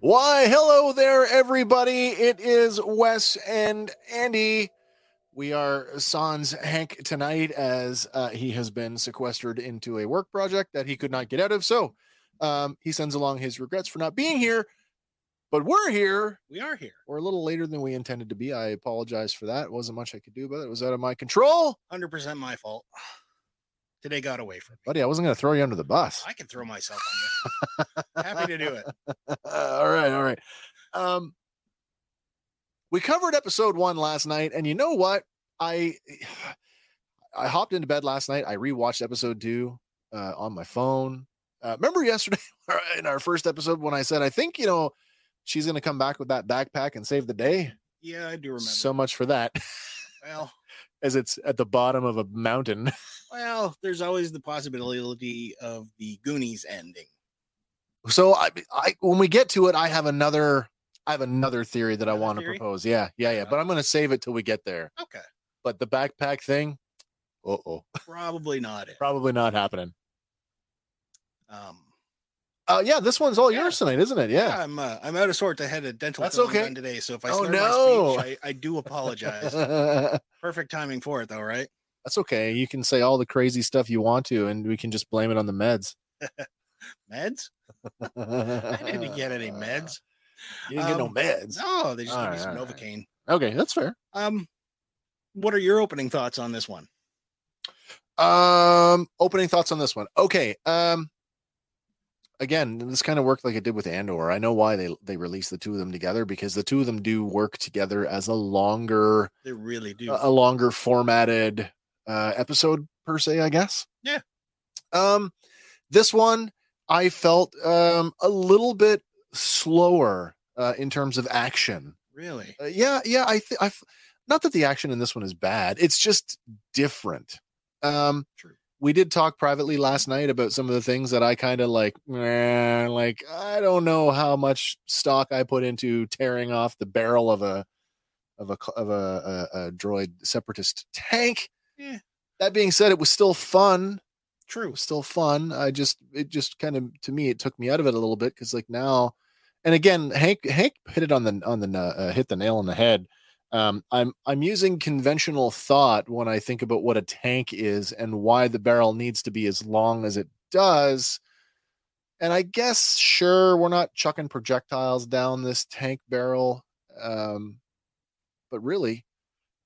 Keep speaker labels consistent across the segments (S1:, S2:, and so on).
S1: Why, hello there, everybody. It is Wes and Andy. We are sans Hank tonight as uh, he has been sequestered into a work project that he could not get out of. So um, he sends along his regrets for not being here, but we're here.
S2: We are here.
S1: We're a little later than we intended to be. I apologize for that. It wasn't much I could do about it. It was out of my control.
S2: 100% my fault. Today got away from me.
S1: Buddy, I wasn't going to throw you under the bus.
S2: I can throw myself on you. Happy to do it.
S1: Uh, all right, all right. Um, we covered episode one last night, and you know what? I I hopped into bed last night. I rewatched episode two uh, on my phone. Uh, remember yesterday in our first episode when I said I think you know she's going to come back with that backpack and save the day.
S2: Yeah, I do remember.
S1: So much for that,
S2: well,
S1: as it's at the bottom of a mountain.
S2: well, there's always the possibility of the Goonies ending.
S1: So I, I when we get to it, I have another I have another theory that I
S2: Another
S1: want to
S2: theory? Uh-huh.
S1: propose. Yeah, yeah, yeah. But I'm going to save it till we get there.
S2: Okay.
S1: But the backpack thing, uh oh,
S2: Probably not it.
S1: probably not happening.
S2: Um,
S1: Uh, yeah, this one's all
S2: Yeah.
S1: yours tonight, isn't it?
S2: yeah,
S1: Yeah.
S2: I'm uh, I'm out of sorts. I had a dental
S1: That's
S2: filling
S1: okay.
S2: done today, so if I
S1: Oh,
S2: slur
S1: no.
S2: my speech, I, I do apologize. Perfect timing for it, though, right?
S1: That's okay. You can say all the crazy stuff you want to, and we can just blame it on the meds.
S2: Meds?
S1: I
S2: I didn't get any meds.
S1: You didn't get no
S2: Um,
S1: meds.
S2: No, they just
S1: All
S2: gave
S1: right,
S2: me some
S1: all right.
S2: Novocaine.
S1: Okay, that's fair.
S2: Um, what are your opening thoughts on this one?
S1: Um, opening thoughts on this one. Okay. Um, again, this kind of worked like it did with Andor. I know why they they released the two of them together because the two of them do work together as a longer
S2: They really do.
S1: a a longer formatted uh episode per se i guess
S2: Yeah.
S1: um this one i felt um a little bit slower uh in terms of action
S2: really?
S1: uh, yeah yeah i th- i f- not that the action in this one is bad it's just different um
S2: True.
S1: we did talk privately last night about some of the things that i kind of like meh, like i don't know how much stock i put into tearing off the barrel of a of a c- of a, a, a droid separatist tank
S2: Yeah.
S1: that being said it was still fun
S2: True.
S1: was still fun. I just it just kind of to me it took me out of it a little bit because like now, and again Hank Hank hit it on the on the na- uh, hit the nail on the head. Um, I'm I'm using conventional thought when I think about what a tank is and why the barrel needs to be as long as it does. And I guess sure we're not chucking projectiles down this tank barrel, um, but really,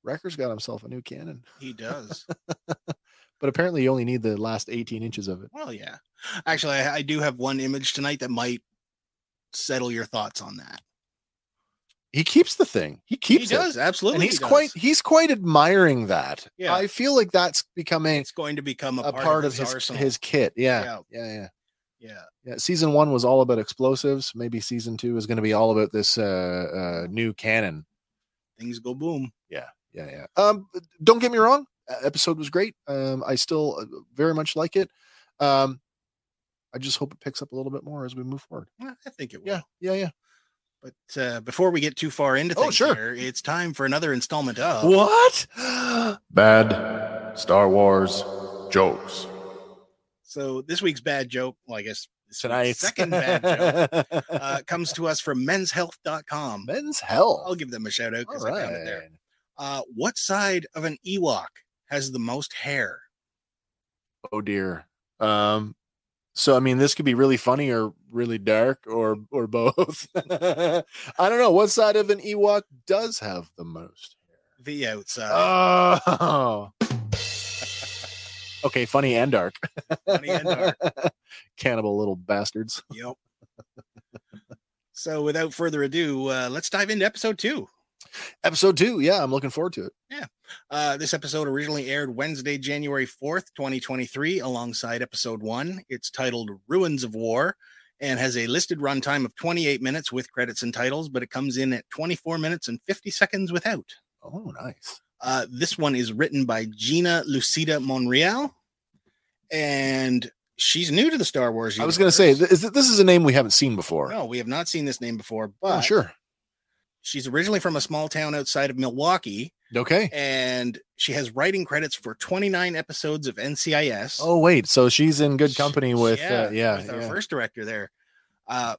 S1: Wrecker's got himself a new cannon.
S2: He does.
S1: But apparently, you only need the last 18 inches of it.
S2: well, yeah. Actually, I, I do have one image tonight that might settle your thoughts on that.
S1: he keeps the thing. He keeps
S2: he does.
S1: it.
S2: Absolutely.
S1: And he's
S2: he does.
S1: quite he's quite admiring that.
S2: Yeah.
S1: I feel like that's becoming
S2: It's going to become a,
S1: a part of his, his,
S2: arsenal.
S1: kit. Yeah.
S2: Yeah.
S1: Yeah, yeah.
S2: Yeah.
S1: Yeah, season one was all about explosives. Maybe season two is going to be all about this uh, uh, new cannon.
S2: Things go boom.
S1: Yeah, yeah, yeah. Um, don't get me wrong. uh, Episode was great. Um, I still uh, very much like it. Um, I just hope it picks up a little bit more as we move forward.
S2: Yeah, I think it will.
S1: Yeah, yeah, yeah.
S2: But uh, before we get too far into
S1: Oh,
S2: things
S1: sure.
S2: here, it's time for another installment of
S1: What?
S3: Bad Star Wars jokes.
S2: So this week's bad joke, well, I guess this
S1: Tonight,
S2: week's second bad joke, uh, comes to us from menshealth.com.
S1: Men's hell.
S2: I'll give them a shout out
S1: All
S2: because I found it there.
S1: right.
S2: Uh, what side of an Ewok has the most hair?
S1: Oh dear. Um, so I mean, this could be really funny or really dark or or both. I don't know what side of an Ewok does have the most.
S2: The outside.
S1: Oh. okay, funny and dark.
S2: Funny and dark.
S1: Cannibal little bastards.
S2: Yep. so without further ado, uh, let's dive into episode two.
S1: Episode two. Yeah, I'm looking forward to it.
S2: Uh, this episode originally aired Wednesday, January 4th, 2023, alongside episode one. It's titled Ruins of War and has a listed runtime of 28 minutes with credits and titles, but it comes in at 24 minutes and 50 seconds without.
S1: Oh, nice.
S2: Uh, this one is written by Gina Lucida Monreal, and she's new to the Star Wars.
S1: I was going to say
S2: universe.
S1: th- is th- this is a name we haven't seen before.
S2: no, we have not seen this name before, but
S1: oh, sure.
S2: she's originally from a small town outside of Milwaukee,
S1: Okay.
S2: and she has writing credits for 29 episodes of NCIS.
S1: Oh wait, so she's in good
S2: Sh-
S1: company with uh, yeah,
S2: with our
S1: yeah.
S2: first director there. Uh,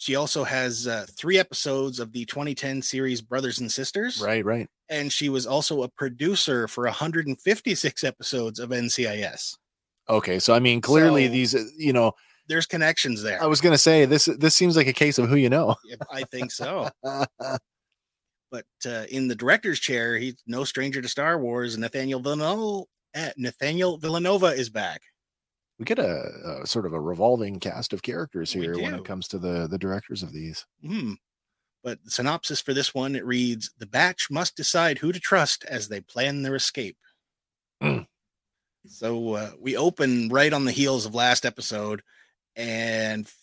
S2: she also has uh, three episodes of the 2010 series Brothers and Sisters,
S1: right, right.
S2: and she was also a producer for 156 episodes of NCIS.
S1: Okay, so I mean, clearly
S2: So-
S1: these, uh, you know,
S2: There's connections there.
S1: I was gonna say this. This seems like a case of who you know.
S2: Yep, I think so.
S1: oh,
S2: But uh, in the director's chair, he's no stranger to Star Wars. and Nathaniel Villanova, eh, Nathaniel Villanova is back.
S1: we get a, a sort of a revolving cast of characters
S2: We
S1: here when
S2: do.
S1: it comes to the the directors of these.
S2: Hmm. But the synopsis for this one it reads: The batch must decide who to trust as they plan their escape.
S1: Mm.
S2: So uh, we open right on the heels of last episode, and f-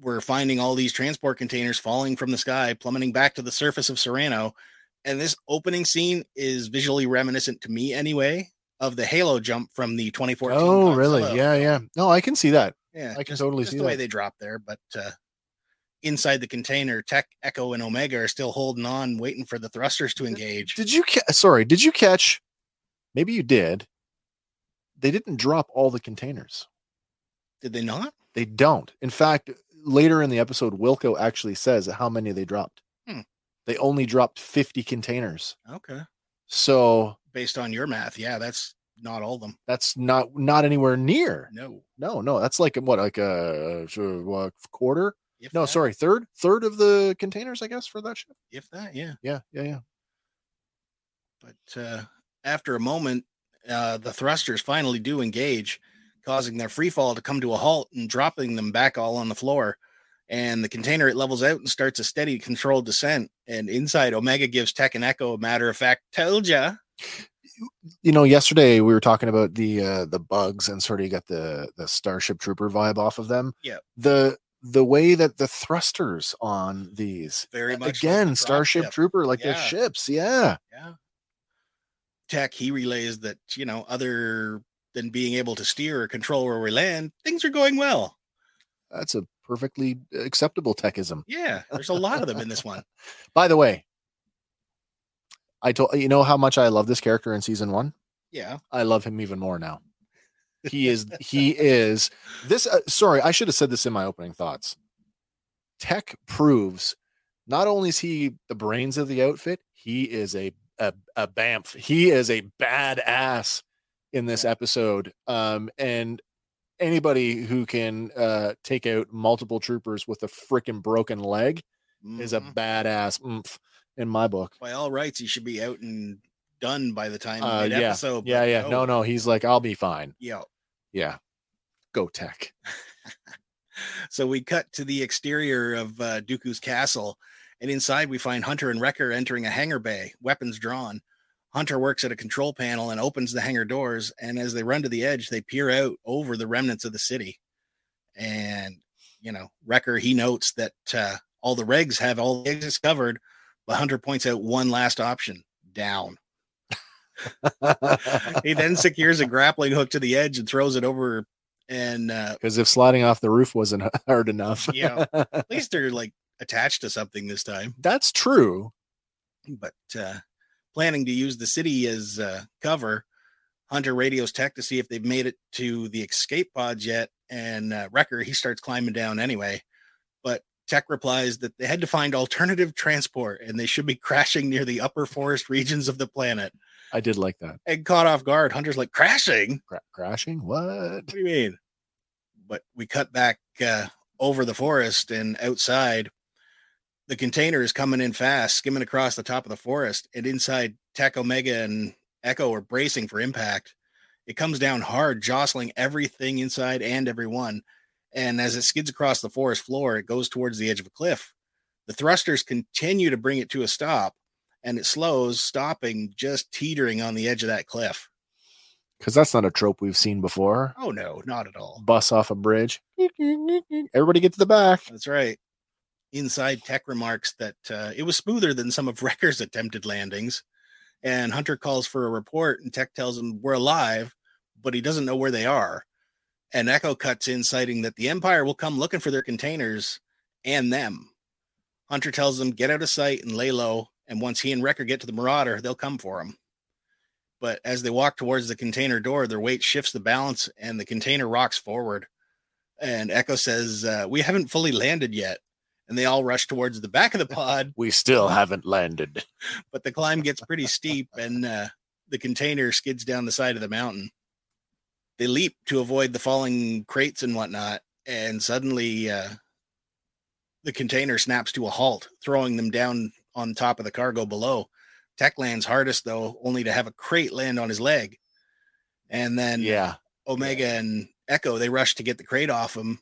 S2: we're finding all these transport containers falling from the sky, plummeting back to the surface of Serrano. And this opening scene is visually reminiscent to me, anyway, of the Halo jump from the 2014.
S1: Oh, really?
S2: Godzilla.
S1: Yeah, yeah. No, I can see that.
S2: Yeah,
S1: I can totally
S2: just
S1: see
S2: the way
S1: that.
S2: they drop there, but uh, inside the container, Tech, Echo, and Omega are still holding on, waiting for the thrusters to engage.
S1: Did you? Ca- sorry, did you catch? Maybe you did. They didn't drop all the containers.
S2: Did they not?
S1: They don't. In fact, later in the episode, Wilco actually says how many they dropped.
S2: Hmm.
S1: They only dropped fifty containers.
S2: Okay.
S1: So
S2: Based on your math, yeah, that's not all of them.
S1: that's not not anywhere near
S2: No.
S1: No, no, that's like what, like a quarter?
S2: If
S1: No,
S2: that-
S1: sorry, third, third of the containers, I guess, for that ship.
S2: If that, yeah.
S1: Yeah, yeah, yeah.
S2: But uh, after a moment, uh, the thrusters finally do engage, causing their free fall to come to a halt and dropping them back all on the floor. And the container it levels out and starts a steady, controlled descent. And inside, Omega gives Tech and Echo a matter of fact, told ya.
S1: You know, yesterday we were talking about the uh, the bugs and sort of you got the the Starship Trooper vibe off of them.
S2: Yeah.
S1: the the way that the thrusters on these
S2: Very much like
S1: again
S2: the
S1: Starship
S2: dropship.
S1: Trooper like their
S2: Yeah.
S1: ships. Yeah,
S2: Yeah. Tech, he relays that, you know, other than being able to steer or control where we land, things are going well.
S1: that's a perfectly acceptable techism.
S2: Yeah. There's a lot of them in this one.
S1: By the way, I told you know how much I love this character in season one.
S2: Yeah.
S1: I love him even more now. He is he is this uh, sorry, I should have said this in my opening thoughts. Tech proves not only is he the brains of the outfit, he is a a, a bamf. He is a badass in this episode. Um and anybody who can uh take out multiple troopers with a freaking broken leg is a
S2: Mhm.
S1: badass oomph in my book.
S2: by all rights, he should be out and done by the time
S1: Uh,
S2: mid
S1: yeah.
S2: episode.
S1: Yeah, yeah. No, no, he's like I'll be fine.
S2: Yeah.
S1: Yeah. Go tech.
S2: So we cut to the exterior of uh, Dooku's castle, and inside we find Hunter and Wrecker entering a hangar bay, weapons drawn. Hunter works at a control panel and opens the hangar doors, and as they run to the edge, they peer out over the remnants of the city. And you know, Wrecker he notes that uh, all the regs have all the exits covered, but Hunter points out one last option: down. he then secures a grappling hook to the edge and throws it over. And uh,
S1: Because if sliding off the roof wasn't hard enough,
S2: Yeah. at least they're like attached to something this time.
S1: that's true.
S2: But uh, planning to use the city as uh, cover, Hunter radios Tech to see if they've made it to the escape pods yet. And uh, Wrecker he starts climbing down anyway. But Tech replies that they had to find alternative transport and they should be crashing near the upper forest regions of the planet.
S1: I did like that
S2: And caught off guard, Hunter's like, crashing?
S1: Cra- crashing. What?
S2: What do you mean? But we cut back uh, over the forest and outside. The container is coming in fast, skimming across the top of the forest, and inside Tech Omega and Echo are bracing for impact. It comes down hard, jostling everything inside and everyone. And as it skids across the forest floor, it goes towards the edge of a cliff. The thrusters continue to bring it to a stop, and it slows, stopping just teetering on the edge of that cliff.
S1: Because that's not a trope we've seen before.
S2: Oh no, not at all.
S1: Bus off a bridge. Everybody get to the back.
S2: That's right. Inside Tech remarks that uh, it was smoother than some of Wrecker's attempted landings. And Hunter calls for a report, and Tech tells him, We're alive, but he doesn't know where they are. And Echo cuts in, citing that the Empire will come looking for their containers and them. Hunter tells them, Get out of sight and lay low. And once he and Wrecker get to the Marauder, they'll come for him. But as they walk towards the container door, their weight shifts the balance and the container rocks forward and Echo says, uh, "We haven't fully landed yet." And they all rush towards the back of the pod,
S1: We still haven't landed.
S2: but the climb gets pretty steep, and uh, the container skids down the side of the mountain. They leap to avoid the falling crates and whatnot, and suddenly uh, the container snaps to a halt, throwing them down on top of the cargo below. Tech lands hardest though, only to have a crate land on his leg. And then
S1: yeah.
S2: Omega and Echo, they rush to get the crate off him.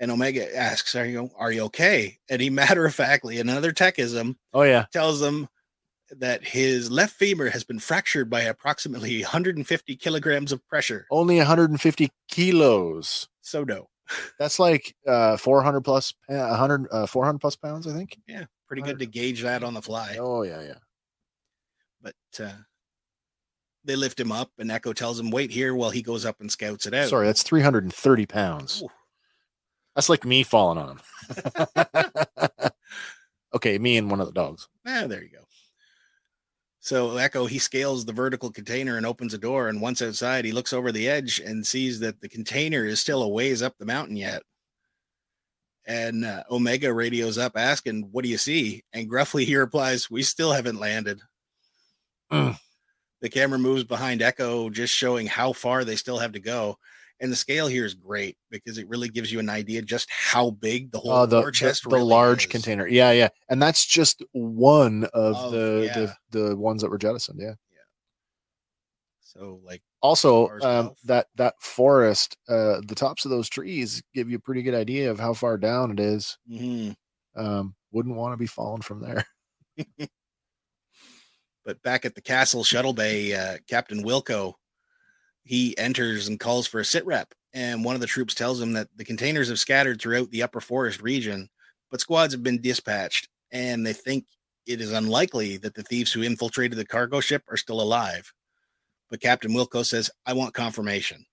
S2: And Omega asks, Are you are you okay? And he matter of factly, in another techism,
S1: Oh yeah.
S2: tells them that his left femur has been fractured by approximately 150 kilograms of pressure.
S1: Only 150 kilos.
S2: So no.
S1: That's like uh 400 plus pa- 100 uh, 400 plus pounds, I think.
S2: Pretty good to gauge that on the fly.
S1: Oh yeah, yeah.
S2: But uh, they lift him up and Echo tells him, wait here while he goes up and scouts it out.
S1: Sorry, that's 330 pounds.
S2: Ooh,
S1: That's like me falling on him. okay, me and one of the dogs.
S2: Ah, there you go. So Echo, he scales the vertical container and opens a door. And once outside, he looks over the edge and sees that the container is still a ways up the mountain yet. And uh, Omega radios up asking, What do you see? And gruffly he replies, We still haven't landed.
S1: Mm.
S2: The camera moves behind Echo, just showing how far they still have to go. And the scale here is great because it really gives you an idea just how big the whole
S1: Oh, the
S2: war
S1: the,
S2: chest
S1: the
S2: really
S1: large
S2: is.
S1: container. Yeah, yeah. And that's just one of
S2: Of-
S1: the,
S2: yeah.
S1: the the ones that were jettisoned, yeah.
S2: So, like,
S1: also
S2: Far as
S1: um,
S2: south.
S1: that that forest uh the tops of those trees give you a pretty good idea of how far down it is
S2: mhm.
S1: um wouldn't want to be falling from there
S2: But back at the castle shuttle bay, uh, Captain Wilco, he enters and calls for a sit rep. And one of the troops tells him that the containers have scattered throughout the upper forest region, but squads have been dispatched. And they think it is unlikely that the thieves who infiltrated the cargo ship are still alive. But Captain Wilco says, I want confirmation.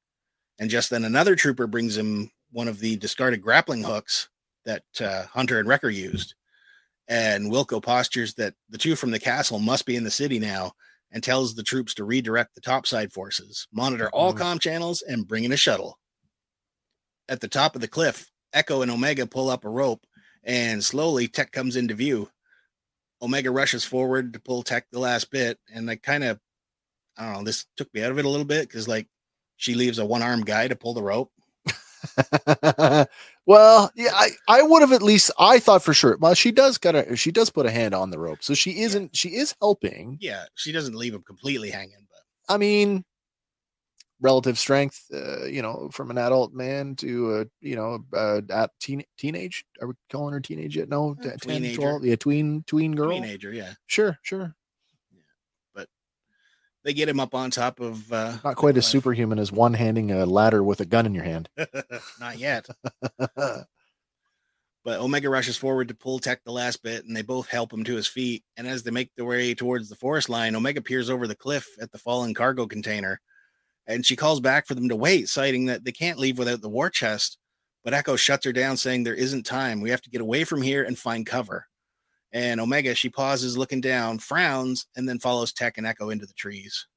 S2: And just then, another trooper brings him one of the discarded grappling hooks that uh, Hunter and Wrecker used and Wilco postures that the two from the castle must be in the city now and tells the troops to redirect the topside forces, monitor all
S1: Mhm.
S2: comm channels, and bring in a shuttle. At the top of the cliff, Echo and Omega pull up a rope, and slowly Tech comes into view. Omega rushes forward to pull Tech the last bit, and I kind of, I don't know, this took me out of it a little bit because like she leaves a one armed guy to pull the rope.
S1: well yeah i i would have at least i thought for sure well she does got a she does put a hand on the rope so she isn't she is helping
S2: Yeah, she doesn't leave him completely hanging, but
S1: i mean relative strength uh, you know from an adult man to a you know uh at teen teenage are we calling her teenage yet no
S2: Uh,
S1: 10
S2: tweenager.
S1: 12 yeah tween tween girl
S2: teenager, yeah.
S1: sure sure
S2: They get him up on top of. Uh,
S1: Not quite as
S2: Goliath.
S1: superhuman as one handing a ladder with a gun in your hand.
S2: Not yet. But Omega rushes forward to pull Tech the last bit, and they both help him to his feet. And as they make their way towards the forest line, Omega peers over the cliff at the fallen cargo container, and she calls back for them to wait, citing that they can't leave without the war chest. But Echo shuts her down, saying there isn't time. We have to get away from here and find cover. And Omega, she pauses, looking down, frowns, and then follows Tech and Echo into the trees.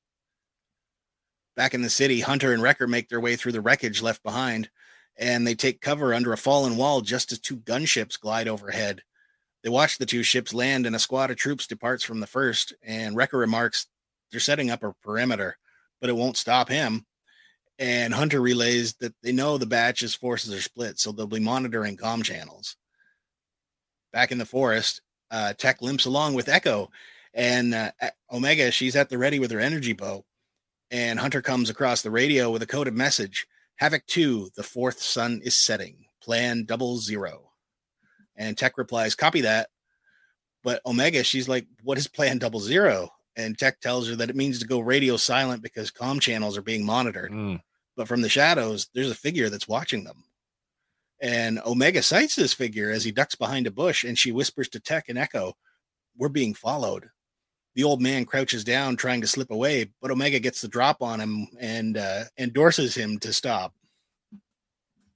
S2: Back in the city, Hunter and Wrecker make their way through the wreckage left behind and they take cover under a fallen wall just as two gunships glide overhead. They watch the two ships land, and a squad of troops departs from the first. And Wrecker remarks, They're setting up a perimeter, but it won't stop him. And Hunter relays that they know the batch's forces are split, so they'll be monitoring comm channels. Back in the forest, uh, Tech limps along with Echo, and uh, Omega, she's at the ready with her energy bow. And Hunter comes across the radio with a coded message. Havoc 2, the fourth sun is setting. Plan double zero. And Tech replies, copy that. But Omega, she's like, what is plan double zero? And Tech tells her that it means to go radio silent because comm channels are being monitored.
S1: Mm.
S2: But from the shadows, there's a figure that's watching them. And Omega sights this figure as he ducks behind a bush and she whispers to Tech and Echo, We're being followed. The old man crouches down, trying to slip away, but Omega gets the drop on him and uh, endorses him to stop.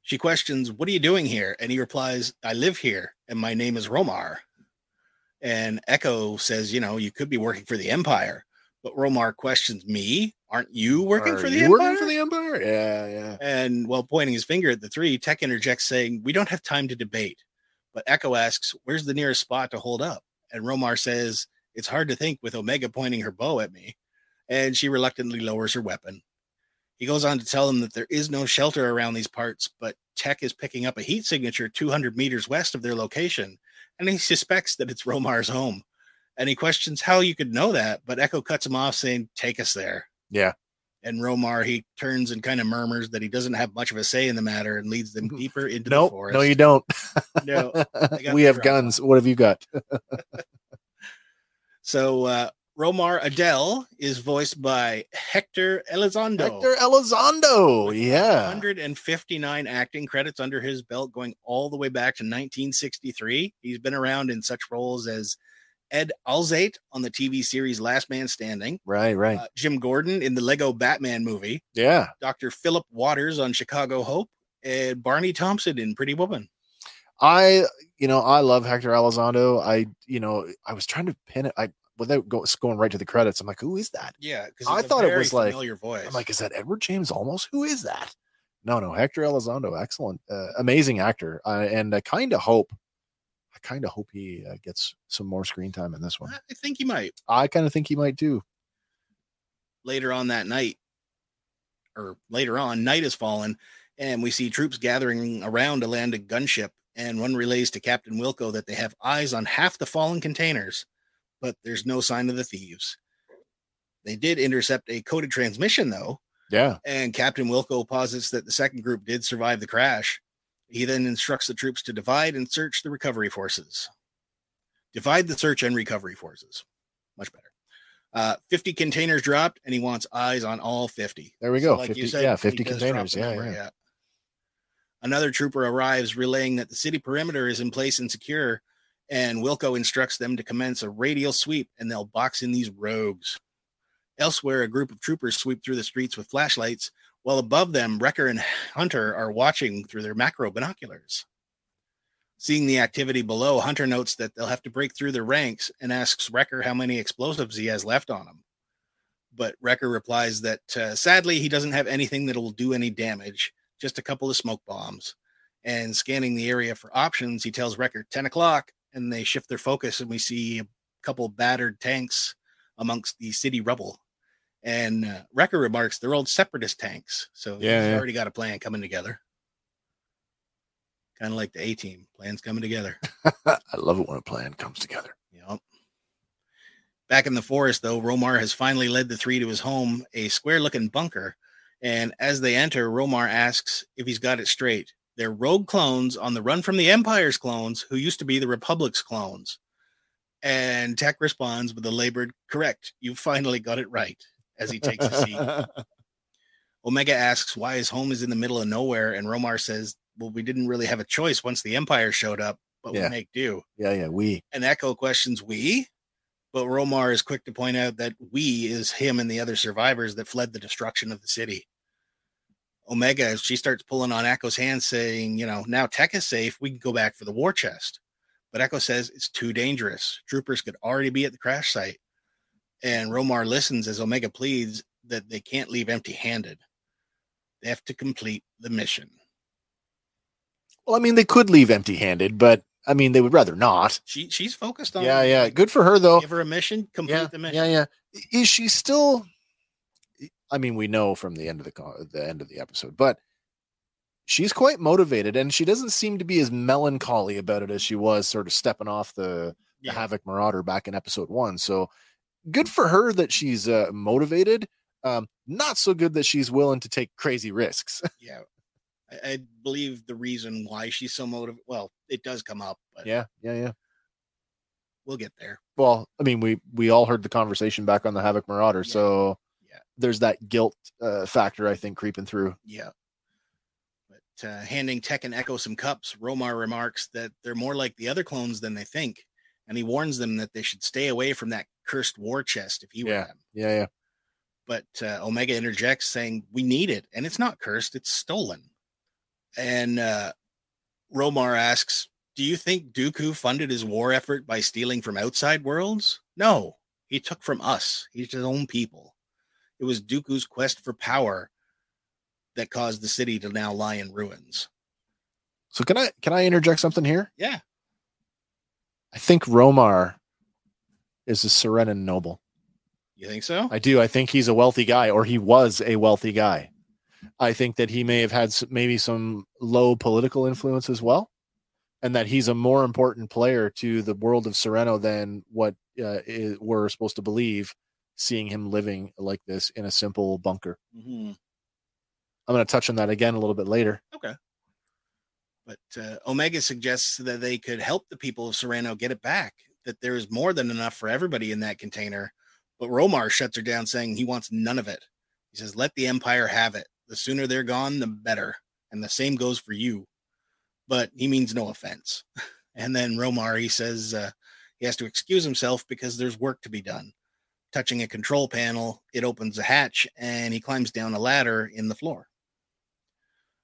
S2: She questions, What are you doing here? And he replies, I live here and my name is Romar. And Echo says, You know, you could be working for the Empire. But Romar questions, Me? Aren't you working
S1: Are
S2: for the
S1: you
S2: Empire?
S1: Working for the Empire? Yeah, yeah.
S2: And while pointing his finger at the three, Tech interjects, saying, We don't have time to debate. But Echo asks, Where's the nearest spot to hold up? And Romar says, It's hard to think with Omega pointing her bow at me. And she reluctantly lowers her weapon. He goes on to tell them that there is no shelter around these parts, but Tech is picking up a heat signature 200 meters west of their location, and he suspects that it's Romar's home. And he questions how you could know that, but Echo cuts him off, saying, Take us there and Romar he turns and kind of murmurs that he doesn't have much of a say in the matter and leads them deeper into the
S1: Nope.
S2: forest.
S1: No, you don't.
S2: No, they got
S1: we
S2: the
S1: have
S2: drop.
S1: guns. What have you got?
S2: So uh, Romar Adele is voiced by Hector Elizondo.
S1: Hector Elizondo. Yeah.
S2: 159 acting credits under his belt going all the way back to 1963. He's been around in such roles as Ed Alzate on the TV series Last Man Standing,
S1: Right, right.
S2: uh, Jim Gordon in the Lego Batman movie,
S1: yeah.
S2: Dr. Philip Waters on Chicago Hope, and Barney Thompson in Pretty Woman.
S1: I, you know, I love Hector Elizondo. I, you know, I was trying to pin it. I, without go, going right to the credits, I'm like, who is that?
S2: Yeah, because
S1: I thought it was like-
S2: familiar voice.
S1: I'm like, is that Edward James Olmos? Who is that? No, no, Hector Elizondo, excellent, uh, amazing actor, uh, and I kind of hope, I kind of hope he uh, gets some more screen time in this one.
S2: I think he might.
S1: I kind of think he might do.
S2: Later on that night, or later on, night has fallen, and we see troops gathering around a landed gunship. And one relays to Captain Wilco that they have eyes on half the fallen containers, but there's no sign of the thieves. They did intercept a coded transmission, though,
S1: Yeah,
S2: and Captain Wilco posits that the second group did survive the crash. He then instructs the troops to divide and search the recovery forces. Divide the search and recovery forces. Much better. Uh, 50 containers dropped, and he wants eyes on all 50.
S1: there we
S2: So
S1: go.
S2: like you
S1: 50,
S2: said,
S1: yeah,
S2: he
S1: 50
S2: does drop
S1: containers.
S2: the
S1: Yeah,
S2: number,
S1: yeah,
S2: Another trooper arrives, relaying that the city perimeter is in place and secure, and Wilco instructs them to commence a radial sweep, and they'll box in these rogues. Elsewhere, a group of troopers sweep through the streets with flashlights, while above them, Wrecker and Hunter are watching through their macro binoculars. Seeing the activity below, Hunter notes that they'll have to break through their ranks and asks Wrecker how many explosives he has left on him but Wrecker replies that uh, sadly he doesn't have anything that will do any damage, just a couple of smoke bombs. And scanning the area for options, he tells Wrecker 10 o'clock, and they shift their focus, and we see a couple battered tanks amongst the city rubble. And uh, Wrecker remarks they're old separatist tanks, so
S1: Yeah,
S2: he's
S1: yeah.
S2: already got a plan coming together. Kind of like the A team, plans coming together.
S1: I love it when a plan comes together.
S2: Yep. Back in the forest, though, Romar has finally led the three to his home, a square looking bunker. And as they enter, Romar asks if he's got it straight. They're rogue clones on the run from the Empire's clones, who used to be the Republic's clones. And Tech responds with a labored, correct, you finally got it right. as he takes a seat. Omega asks why his home is in the middle of nowhere, and Romar says, "Well, we didn't really have a choice once the Empire showed up, but
S1: Yeah.
S2: we make do."
S1: yeah, yeah, we.
S2: And Echo questions we, but Romar is quick to point out that we is him and the other survivors that fled the destruction of the city. Omega, as she starts pulling on Echo's hand, saying, You know, now Tech is safe. We can go back for the war chest. But Echo says it's too dangerous. Troopers could already be at the crash site. And Romar listens as Omega pleads that they can't leave empty handed. They have to complete the mission.
S1: Well, I mean, they could leave empty-handed, but I mean, they would rather not.
S2: She she's focused on
S1: Yeah, yeah. Good for her though.
S2: give her a mission, complete
S1: Yeah,
S2: the mission.
S1: yeah, yeah. I- Is she still? I mean, we know from the end of the co- the end of the episode, but she's quite motivated, and she doesn't seem to be as melancholy about it as she was, sort of stepping off the,
S2: Yeah.
S1: the Havoc Marauder back in episode one. So good for her that she's uh, motivated. Um, not so good that she's willing to take crazy risks.
S2: yeah I, I believe the reason why she's so motivated well it does come up but
S1: yeah, yeah, yeah.
S2: we'll get there
S1: well i mean we we all heard the conversation back on the havoc marauder
S2: Yeah.
S1: so
S2: Yeah.
S1: there's that guilt uh, factor i think creeping through
S2: yeah but uh, handing tech and echo some cups romar remarks that they're more like the other clones than they think and he warns them that they should stay away from that cursed war chest if he were them
S1: yeah yeah
S2: but uh, Omega interjects saying, "We need it, and it's not cursed; it's stolen." And uh, Romar asks, "Do you think Dooku funded his war effort by stealing from outside worlds?" No, he took from us. He's his own people. It was Dooku's quest for power that caused the city to now lie in ruins.
S1: so can i can i interject something here
S2: Yeah.
S1: i think romar is a serenan noble
S2: You think so?
S1: i do i think he's a wealthy guy or he was a wealthy guy i think that he may have had s- maybe some low political influence as well and that he's a more important player to the world of Sereno than what uh, i we're supposed to believe, seeing him living like this in a simple bunker.
S2: mm-hmm.
S1: I'm going to touch on that again a little bit later.
S2: But uh, Omega suggests that they could help the people of Serrano get it back, that there is more than enough for everybody in that container. But Romar shuts her down, saying he wants none of it. He says, Let the Empire have it. The sooner they're gone, the better. And the same goes for you. But he means no offense. And then Romar, he says uh, he has to excuse himself because there's work to be done. Touching a control panel, it opens a hatch and he climbs down a ladder in the floor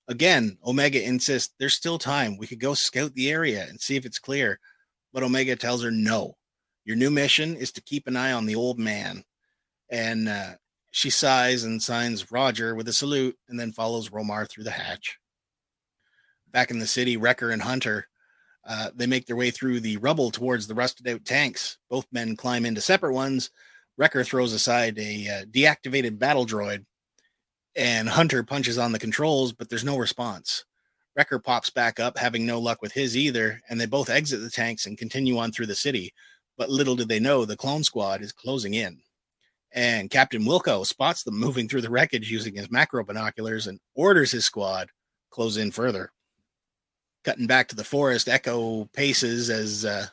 S2: again, Omega insists there's still time. We could go scout the area and see if it's clear. But Omega tells her, no, your new mission is to keep an eye on the old man. And uh, she sighs and signs Roger with a salute and then follows Romar through the hatch. Back in the city, Wrecker and Hunter. Uh, they make their way through the rubble towards the rusted out tanks. Both men climb into separate ones. Wrecker throws aside a uh, deactivated battle droid and Hunter punches on the controls, but there's no response. Wrecker pops back up, having no luck with his either, and they both exit the tanks and continue on through the city. But little did they know the clone squad is closing in. And Captain Wilco spots them moving through the wreckage using his macro binoculars and orders his squad close in further. Cutting back to the forest, Echo paces as uh,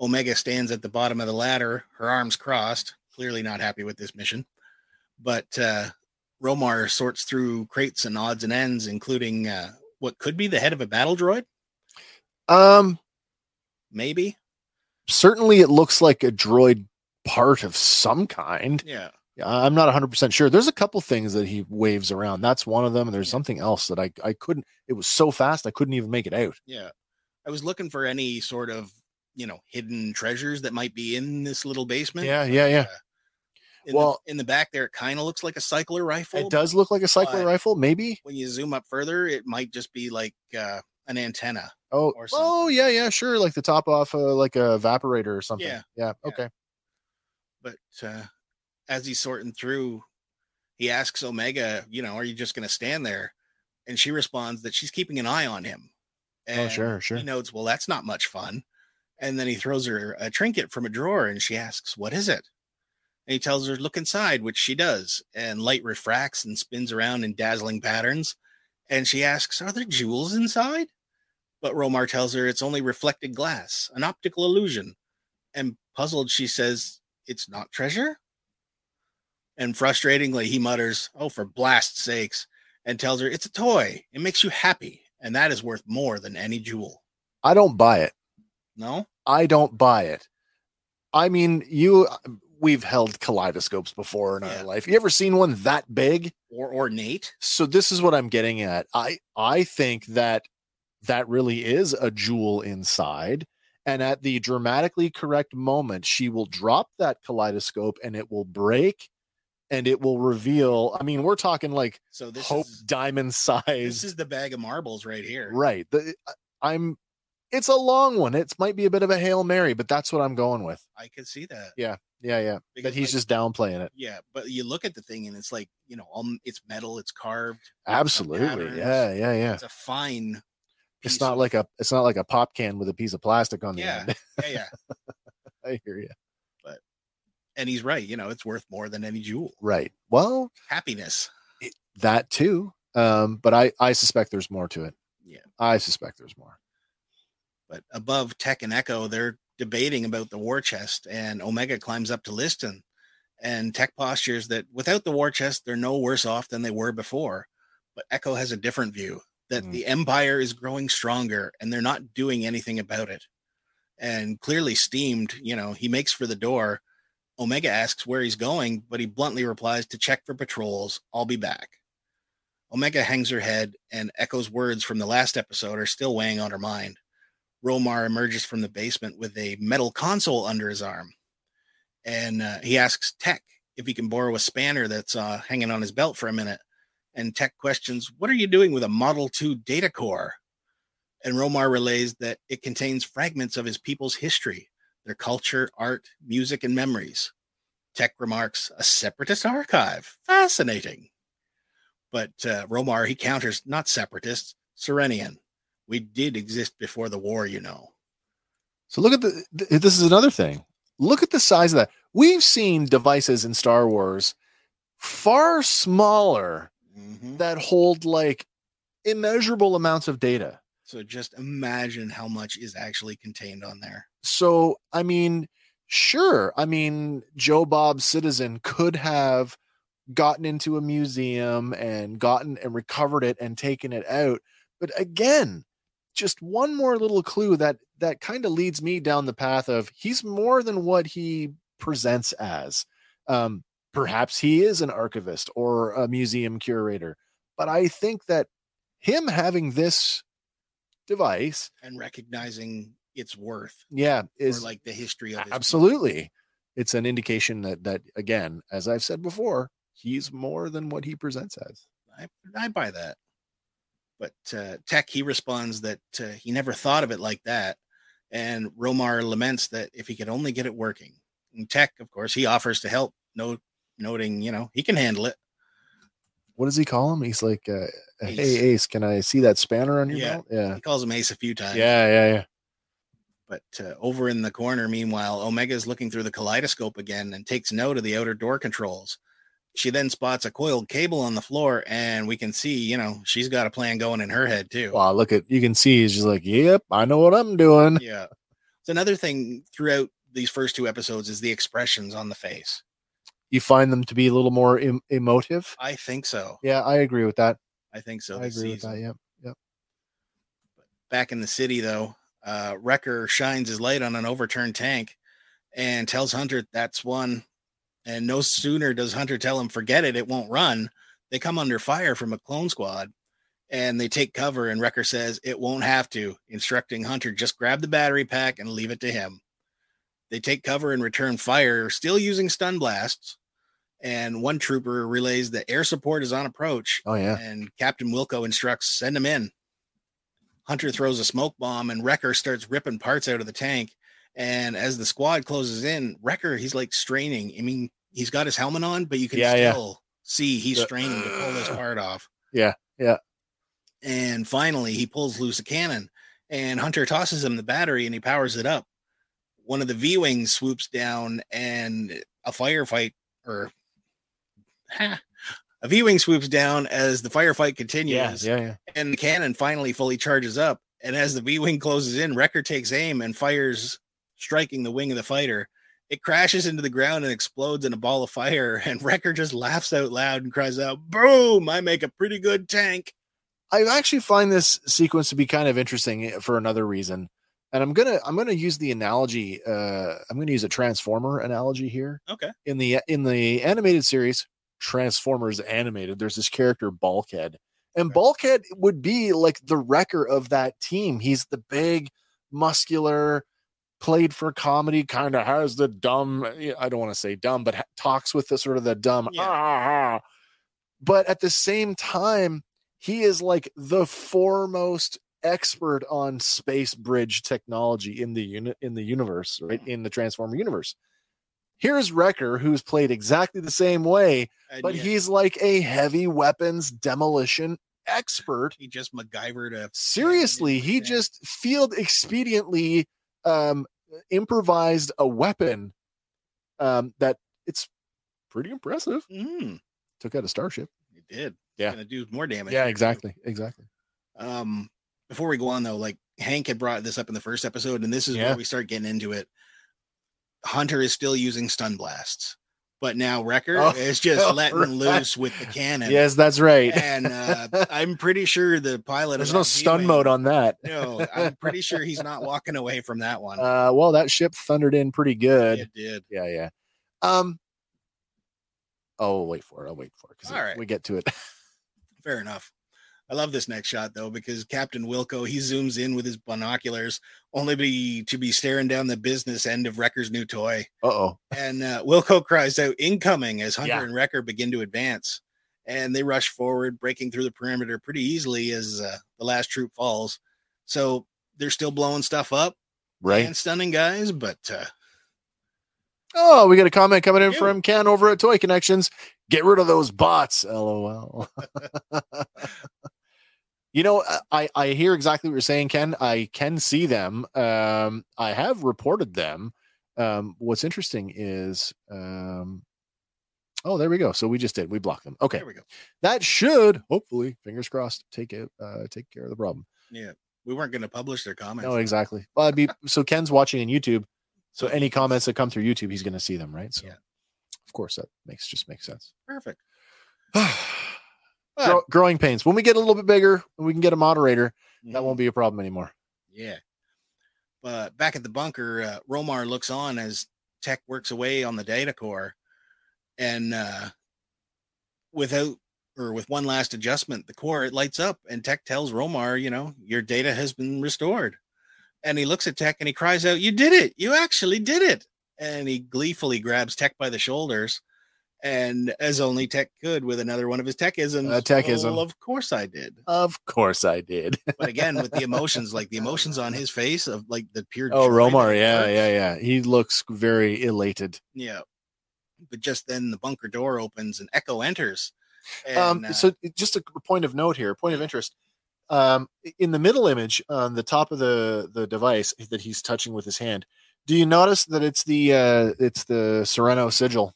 S2: Omega stands at the bottom of the ladder, her arms crossed, clearly not happy with this mission. But uh, Romar sorts through crates and odds and ends, including uh, what could be the head of a battle droid,
S1: Um,
S2: maybe.
S1: certainly, it looks like a droid part of some kind.
S2: Yeah.
S1: I- I'm not 100% sure. There's a couple things that he waves around. That's one of them. And there's
S2: Yeah.
S1: something else that I, I couldn't, it was so fast, I couldn't even make it out.
S2: Yeah. I was looking for any sort of, you know, hidden treasures that might be in this little basement.
S1: Yeah, yeah, yeah.
S2: In
S1: Well-
S2: the, in the back there, it kind of looks like a cycler rifle.
S1: It does look like a cycling
S2: but-
S1: rifle, maybe.
S2: When you zoom up further, it might just be like uh, an antenna.
S1: Oh,
S2: or
S1: oh
S2: something.
S1: yeah, yeah, sure. Like the top off, uh, like a evaporator or something.
S2: Yeah,
S1: Yeah,
S2: yeah.
S1: okay. Oh,
S2: But uh, as he's sorting through, he asks Omega, you know, are you just going to stand there? And she responds that she's keeping an eye on him.
S1: oh,
S2: And
S1: sure, sure.
S2: He notes, well, that's not much fun. And then he throws her a trinket from a drawer and she asks, what is it? And he tells her, look inside, which she does. And light refracts and spins around in dazzling patterns. And she asks, are there jewels inside? But Romar tells her it's only reflected glass, an optical illusion. And puzzled, she says, it's not treasure. And frustratingly, he mutters, Oh, for blast's sakes, and tells her, It's a toy. It makes you happy. And that is worth more than any jewel.
S1: I don't buy it.
S2: No?
S1: I don't buy it. I mean, you we've held kaleidoscopes before in
S2: Yeah.
S1: our life. You ever seen one that big?
S2: Or ornate?
S1: So this is what I'm getting at. I I think that that really is a jewel inside and at the dramatically correct moment she will drop that kaleidoscope and it will break and it will reveal I mean, we're talking like
S2: So this
S1: hope
S2: is
S1: diamond
S2: this
S1: size.
S2: is the bag of marbles right here.
S1: Right. The, I'm it's a long one. It might be a bit of a Hail Mary, but that's what I'm going with.
S2: I could see that.
S1: Yeah, yeah.
S2: Because,
S1: But he's
S2: like,
S1: just downplaying it.
S2: yeah, but you look at the thing and it's like, you know, um, it's metal, it's carved. patterns.
S1: Absolutely. Yeah, yeah, yeah.
S2: It's a fine
S1: It's
S2: piece
S1: not
S2: of-
S1: like a it's not like a pop can with a piece of plastic on the
S2: Yeah.
S1: end.
S2: yeah, yeah.
S1: I hear you.
S2: And he's right, you know, it's worth more than any jewel.
S1: Right. Well,
S2: Happiness.
S1: that too. Um, but I I suspect there's more to it.
S2: Yeah.
S1: I suspect there's more.
S2: But above Tech and Echo, they're debating about the war chest, and Omega climbs up to Liston. And Tech postures that without the war chest, they're no worse off than they were before. But Echo has a different view that
S1: Mm.
S2: the Empire is growing stronger and they're not doing anything about it. And clearly, steamed, you know, he makes for the door. Omega asks where he's going, but he bluntly replies to check for patrols. I'll be back. Omega hangs her head, and Echo's words from the last episode are still weighing on her mind. Romar emerges from the basement with a metal console under his arm. And uh, he asks Tech if he can borrow a spanner that's uh, hanging on his belt for a minute. And Tech questions, What are you doing with a Model 2 data core? And Romar relays that it contains fragments of his people's history, their culture, art, music, and memories. Tech remarks, A separatist archive. Fascinating. But uh, Romar, he counters, Not separatist, Serenian we did exist before the war, you know.
S1: So look at the th- this is another thing. Look at the size of that. We've seen devices in Star Wars far smaller that hold like immeasurable amounts of data.
S2: So just imagine how much is actually contained on there.
S1: So, I mean, sure. I mean, Joe Bob Citizen could have gotten into a museum and gotten and recovered it and taken it out. But again, just one more little clue that that kind of leads me down the path of he's more than what he presents as. Um, perhaps he is an archivist or a museum curator, but I think that him having this device,
S2: And recognizing its worth
S1: yeah, is
S2: or like the history of it.
S1: absolutely it's an indication that that again as i've said before he's more than what he presents as
S2: I, I buy that. But uh, Tech, he responds that uh, he never thought of it like that. And Romar laments that if he could only get it working. And Tech, of course, he offers to help, no, noting, you know, he can handle it.
S1: what does he call him he's like uh, hey
S2: Ace.
S1: ace can i see that spanner on your
S2: Yeah.
S1: belt yeah
S2: He calls him Ace a few times.
S1: yeah yeah yeah
S2: But uh, over in the corner, meanwhile, Omega is looking through the kaleidoscope again and takes note of the outer door controls. She then spots a coiled cable on the floor, and we can see, you know, she's got a plan going in her head too.
S1: wow look at you can see he's just like yep i know what i'm doing
S2: Yeah. It's another thing throughout these first two episodes is the expressions on the face.
S1: you find them to be a little more em- emotive
S2: I think so.
S1: yeah i agree with that
S2: I think so.
S1: i
S2: this
S1: agree with
S2: season.
S1: that yeah
S2: Back in the city, though, uh, Wrecker shines his light on an overturned tank and tells Hunter that's one. And no sooner does Hunter tell him, forget it, it won't run. They come under fire from a clone squad and they take cover. And Wrecker says, it won't have to, instructing Hunter, just grab the battery pack and leave it to him. They take cover and return fire, still using stun blasts. And one trooper relays that air support is on approach
S1: oh yeah
S2: and Captain Wilco instructs, send him in. Hunter throws a smoke bomb and Wrecker starts ripping parts out of the tank. And as the squad closes in, Wrecker, he's like straining. I mean, he's got his helmet on, but you can
S1: Yeah, yeah.
S2: still see he's
S1: The-
S2: straining to pull this part off.
S1: Yeah, yeah.
S2: And finally, he pulls loose a cannon and Hunter tosses him the battery and he powers it up. One of the V Wings swoops down and a firefight or Ha. a V Wing swoops down as the firefight
S1: yeah
S2: continues
S1: yeah yeah
S2: and the cannon finally fully charges up. And as the V Wing closes in, Wrecker takes aim and fires, striking the wing of the fighter. It crashes into the ground and explodes in a ball of fire. And Wrecker just laughs out loud and cries out, Boom! I make a pretty good tank.
S1: I actually find this sequence to be kind of interesting eh, for another reason. And I'm gonna I'm gonna use the analogy. Uh, I'm gonna use a transformer analogy here.
S2: Okay.
S1: In the in the animated series Transformers animated, there's this character Bulkhead, and
S2: Okay.
S1: Bulkhead would be like the wrecker of that team. He's the big, muscular, played for comedy, kind of has the dumb. I don't want to say dumb, but ha- talks with the sort of the dumb.
S2: Yeah.
S1: "Ah, ah, ah." But at the same time, he is like the foremost expert on space bridge technology in the unit in the universe,
S2: Mm.
S1: right? In the Transformer universe. Here's Wrecker, who's played exactly the same way,
S2: And
S1: but
S2: yeah,
S1: he's like a heavy weapons demolition expert.
S2: he just MacGyvered a
S1: Seriously, he
S2: Yeah.
S1: just field expediently um, improvised a weapon um, that it's pretty impressive.
S2: Mm,
S1: Took out a starship.
S2: he did.
S1: Yeah.
S2: Gonna do more damage.
S1: Yeah, exactly, exactly.
S2: um before we go on though like hank had brought this up in the first episode and this is
S1: Yeah.
S2: where we start getting into it hunter is still using stun blasts but now wrecker
S1: Oh,
S2: is just
S1: all
S2: letting
S1: right.
S2: loose with the cannon
S1: Yes, that's right.
S2: and uh, i'm pretty sure the pilot
S1: There's
S2: of
S1: no
S2: that
S1: stun
S2: G-Wing-
S1: mode on that.
S2: no i'm pretty sure he's not walking away from that one
S1: Uh, well, that ship thundered in pretty good.
S2: it did
S1: Yeah, yeah. Um. Oh, wait for it. I'll wait for it because
S2: All right.
S1: we get to it.
S2: fair enough I love this next shot though because Captain Wilco he zooms in with his binoculars only be to be staring down the business end of Wrecker's new toy.
S1: Uh oh.
S2: And uh, Wilco cries out incoming as Hunter
S1: Yeah.
S2: and Wrecker begin to advance. And they rush forward, breaking through the perimeter pretty easily as uh, the last troop falls. So they're still blowing stuff up
S1: Right.
S2: and stunning guys, but uh,
S1: Oh, we got a comment coming in
S2: Ew.
S1: from Ken over at Toy Connections. Get rid of those bots. LOL. you know, uh, I, I hear exactly what you're saying, Ken. I can see them. Um, I have reported them. Um, what's interesting is, um, oh, there we go. So we just did. We blocked them. Okay.
S2: there we go.
S1: That should hopefully, fingers crossed, take it, uh, take care of the problem.
S2: We weren't going to publish their comments.
S1: No, exactly. Well, I'd be so Ken's watching on YouTube. So any comments that come through YouTube, he's going to see them, right? So,
S2: Yeah.
S1: of course, that makes just makes sense.
S2: Perfect.
S1: Grow- growing pains. When we get a little bit bigger, and we can get a moderator. That
S2: Mhm.
S1: won't be a problem anymore.
S2: Yeah. But back at the bunker, uh, Romar looks on as Tech works away on the data core. And uh, without or with one last adjustment, the core it lights up and Tech tells Romar, you know, your data has been restored. And he looks at Tech and he cries out, You did it. You actually did it. And he gleefully grabs Tech by the shoulders. And as only Tech could with another one of his techisms.
S1: A techism.
S2: "Well, of course I did
S1: Of course, I did.
S2: but again with the emotions like the emotions on his face of like the pure
S1: oh,
S2: joy that
S1: Romar.
S2: it
S1: Yeah,
S2: worked.
S1: yeah, yeah. He looks very elated.
S2: yeah but just then the bunker door opens and echo enters and,
S1: um,
S2: uh,
S1: so just a point of note here, point of interest. Um, in the middle image on the top of the the device that he's touching with his hand, do you notice that it's the uh, it's the Sereno sigil?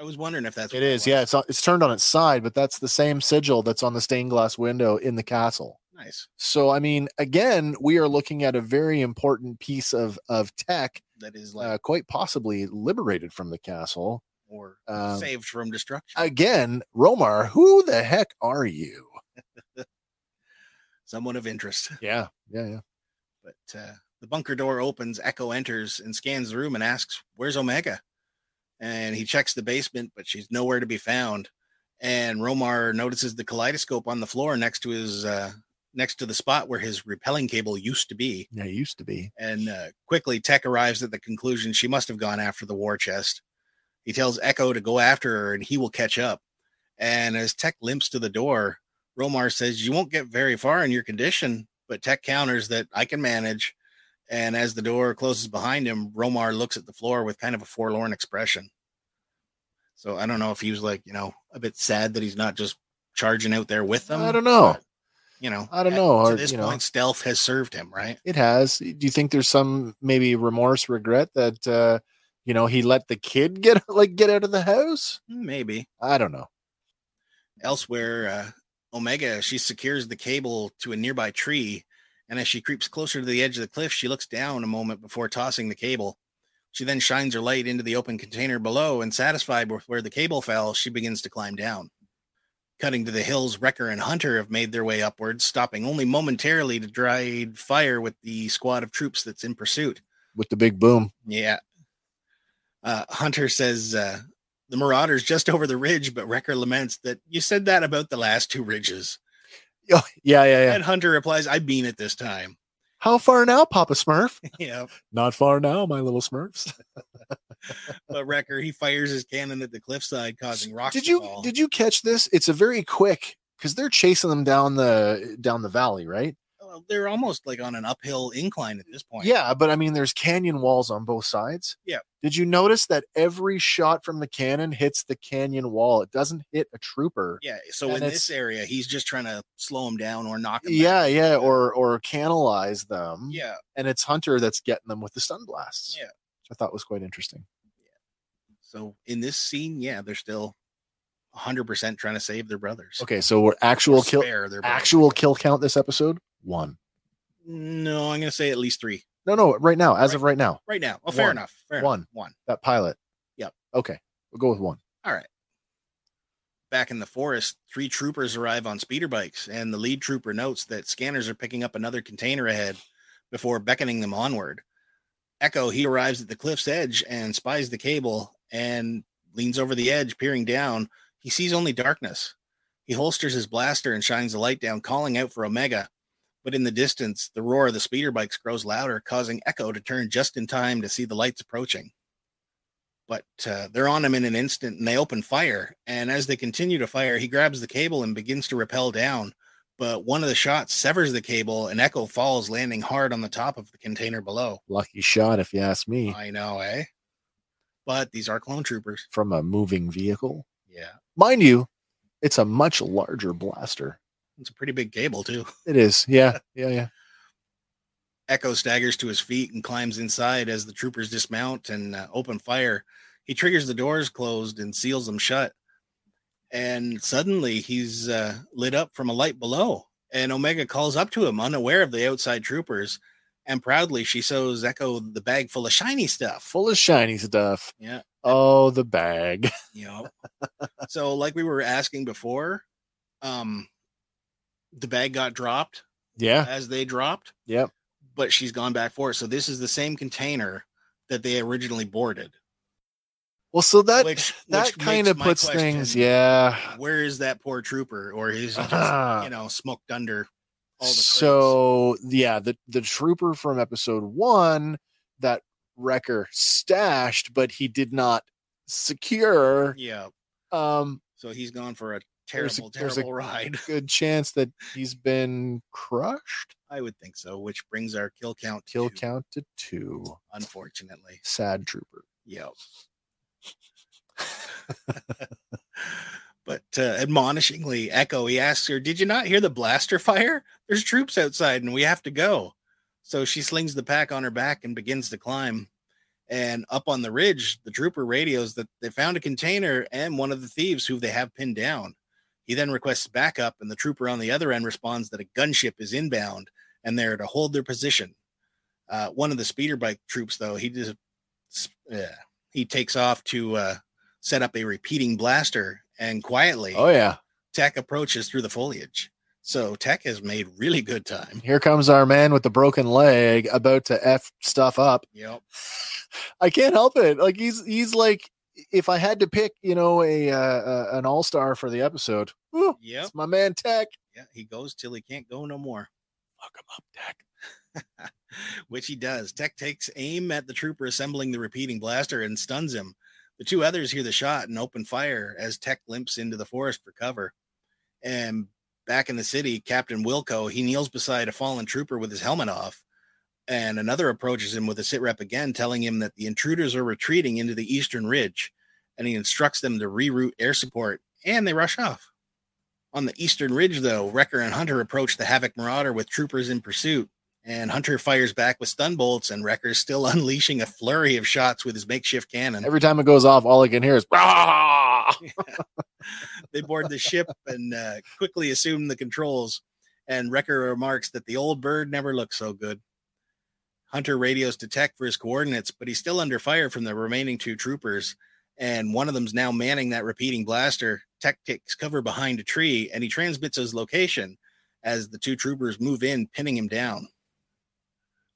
S2: i was wondering if that's
S1: It
S2: what
S1: is,
S2: was.
S1: yeah. It's it's turned on its side, but that's the same sigil that's on the stained glass window in the castle.
S2: nice
S1: So, I mean, again, we are looking at a very important piece of of tech,
S2: that is like
S1: uh, quite possibly liberated from the castle.
S2: or
S1: Um,
S2: saved from destruction
S1: Again, Romar, who the heck are you?
S2: someone of interest
S1: Yeah, yeah, yeah.
S2: but uh, the bunker door opens echo enters and scans the room and asks where's omega and he checks the basement but she's nowhere to be found and romar notices the kaleidoscope on the floor next to his uh, next to the spot where his repelling cable used to be
S1: Yeah, it used to be.
S2: and uh, quickly tech arrives at the conclusion she must have gone after the war chest he tells echo to go after her and he will catch up and as tech limps to the door romar says you won't get very far in your condition but tech counters that i can manage and as the door closes behind him romar looks at the floor with kind of a forlorn expression so i don't know if he was like you know a bit sad that he's not just charging out there with them
S1: I don't know.
S2: but, you know
S1: I don't
S2: at-
S1: know,
S2: to
S1: or,
S2: this
S1: you know.
S2: point stealth has served him right
S1: It has. Do you think there's some maybe remorse, regret that uh, you know he let the kid get like get out of the house?
S2: maybe
S1: I don't know.
S2: Elsewhere, uh, Omega she secures the cable to a nearby tree, and as she creeps closer to the edge of the cliff, she looks down a moment before tossing the cable. She then shines her light into the open container below, and satisfied with where the cable fell, she begins to climb down. Cutting to the hills, Wrecker and Hunter have made their way upwards, stopping only momentarily to dry fire with the squad of troops that's in pursuit.
S1: with the big boom.
S2: Yeah. Uh, Hunter says uh, the Marauder's just over the ridge, but Wrecker laments that you said that about the last two ridges.
S1: Oh, yeah, yeah, yeah.
S2: And Hunter replies, I mean it this time.
S1: How far now, Papa Smurf?
S2: yeah.
S1: Not far now, my little Smurfs.
S2: But Wrecker, he fires his cannon at the cliffside, causing rocks.
S1: Did
S2: to
S1: you
S2: fall.
S1: did you catch this? It's a very quick because they're chasing them down the down the valley, right?
S2: Well, they're almost like on an uphill incline at this point.
S1: Yeah, but I mean, there's canyon walls on both sides.
S2: Yeah.
S1: Did you notice that every shot from the cannon hits the canyon wall? It doesn't hit a trooper.
S2: Yeah. So
S1: And
S2: in
S1: it's-
S2: this area, he's just trying to slow him down or knock him.
S1: Yeah,
S2: back.
S1: yeah, or or canalize them.
S2: Yeah.
S1: and it's Hunter that's getting them with the stun blasts.
S2: Yeah.
S1: which I thought was quite interesting.
S2: So in this scene, yeah, they're still 100% trying to save their brothers.
S1: Okay, so we're actual kill
S2: Spare their brothers.
S1: actual kill count this episode one.
S2: No, I'm going to say at least three
S1: No, no, right now, as of right now,
S2: right now. Well, fair
S1: One.
S2: enough. Fair
S1: One.
S2: Enough. One.
S1: that pilot.
S2: Yep.
S1: Okay, we'll go with one.
S2: All right. Back in the forest, three troopers arrive on speeder bikes, and the lead trooper notes that scanners are picking up another container ahead before beckoning them onward. Echo, he arrives at the cliff's edge and spies the cable and leans over the edge, peering down. He sees only darkness. He holsters his blaster and shines the light down, calling out for Omega. But in the distance, the roar of the speeder bikes grows louder, causing Echo to turn just in time to see the lights approaching but uh, they're on him in an instant and they open fire. And as they continue to fire, he grabs the cable and begins to rappel down. But one of the shots severs the cable and Echo falls, landing hard on the top of the container below.
S1: Lucky shot, if you ask me,
S2: I know, eh? But these are clone troopers.
S1: from a moving vehicle.
S2: Yeah.
S1: Mind you, it's a much larger blaster.
S2: It's a pretty big cable, too.
S1: It is. Yeah, yeah, yeah.
S2: Echo staggers to his feet and climbs inside as the troopers dismount and uh, open fire. He triggers the doors closed and seals them shut. And suddenly he's uh, lit up from a light below. And Omega calls up to him, unaware of the outside troopers. And proudly she shows Echo the bag full of shiny stuff.
S1: Full of shiny stuff.
S2: Yeah.
S1: Oh, the bag.
S2: You know, so like we were asking before, um, the bag got dropped.
S1: Yeah.
S2: as they dropped.
S1: Yep.
S2: But she's gone back for it. So this is the same container that they originally boarded.
S1: Well, so that
S2: which
S1: that
S2: which
S1: kind
S2: makes
S1: of
S2: my
S1: puts things.
S2: question,
S1: Yeah.
S2: Where is that poor trooper, or is he just,
S1: Ah.
S2: you know smoked under all the?
S1: so yeah the the trooper from episode one that wrecker stashed but he did not secure
S2: crates? yeah.
S1: um
S2: So he's gone for a
S1: there's
S2: terrible,
S1: a- there's a
S2: terrible ride.
S1: good chance that he's been crushed
S2: I would think so. Which brings our kill count.
S1: kill
S2: to,
S1: count to two
S2: Unfortunately,
S1: sad trooper
S2: yeah. But uh, admonishingly, Echo, he asks her, Did you not hear the blaster fire? There's troops outside and we have to go. So she slings the pack on her back and begins to climb. And up on the ridge, the trooper radios that they found a container and one of the thieves who they have pinned down. He then requests backup, and the trooper on the other end responds that a gunship is inbound and they're to hold their position. Uh, one of the speeder bike troops, though, he just yeah, he takes off to uh, set up a repeating blaster, and quietly,
S1: oh yeah
S2: Tech approaches through the foliage. So Tech has made really good time.
S1: here comes our man with the broken leg about to f stuff up
S2: Yep.
S1: I can't help it. Like he's he's like if I had to pick, you know, a uh, uh, an all star for the episode, whew,
S2: Yep.
S1: it's my man Tech.
S2: Yeah, he goes till he can't go no more,
S1: Fuck him up, Tech.
S2: which he does. Tech takes aim at the trooper assembling the repeating blaster and stuns him. The two others hear the shot and open fire as Tech limps into the forest for cover. And back in the city, Captain Wilco, he kneels beside a fallen trooper with his helmet off. And another approaches him with a sit rep again, telling him that the intruders are retreating into the eastern ridge. And he instructs them to reroute air support, and they rush off. On the eastern ridge, though, Wrecker and Hunter approach the Havoc Marauder with troopers in pursuit. And Hunter fires back with stun bolts, and Wrecker is still unleashing a flurry of shots with his makeshift cannon.
S1: Every time it goes off, all I can hear is "Rah!"
S2: they board the ship and uh, quickly assume the controls. And Wrecker remarks that the old bird never looked so good. Hunter radios to Tech for his coordinates, but he's still under fire from the remaining two troopers. And one of them's now manning that repeating blaster. Tech takes cover behind a tree and he transmits his location as the two troopers move in, pinning him down.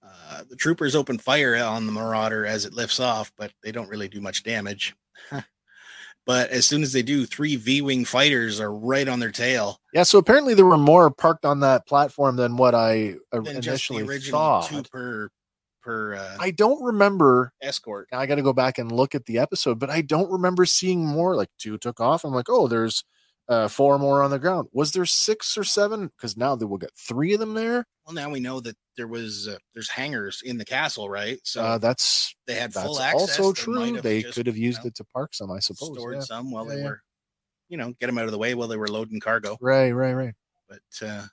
S2: Uh, the troopers open fire on the Marauder as it lifts off, but they don't really do much damage. but as soon as they do, three V Wing fighters are right on their tail.
S1: Yeah, so apparently there were more parked on that platform than what I uh,
S2: Then just the
S1: initially
S2: original
S1: thought.
S2: two per per uh,
S1: I don't remember.
S2: escort.
S1: Now I got to go back and look at the episode, but I don't remember seeing more. Like two took off. I'm like, oh, there's uh, four more on the ground. Was there six or seven? Because now that we'll get three of them there.
S2: Well, now we know that there was uh, there's hangars in the castle, right? So
S1: uh, that's
S2: they had
S1: that's
S2: full access.
S1: also
S2: They might
S1: true.
S2: have
S1: They
S2: just,
S1: could have used
S2: you know,
S1: it to park some, I suppose.
S2: stored
S1: yeah.
S2: some while
S1: Yeah,
S2: they
S1: yeah.
S2: were, you know, get them out of the way while they were loading cargo.
S1: Right, right, right.
S2: But uh,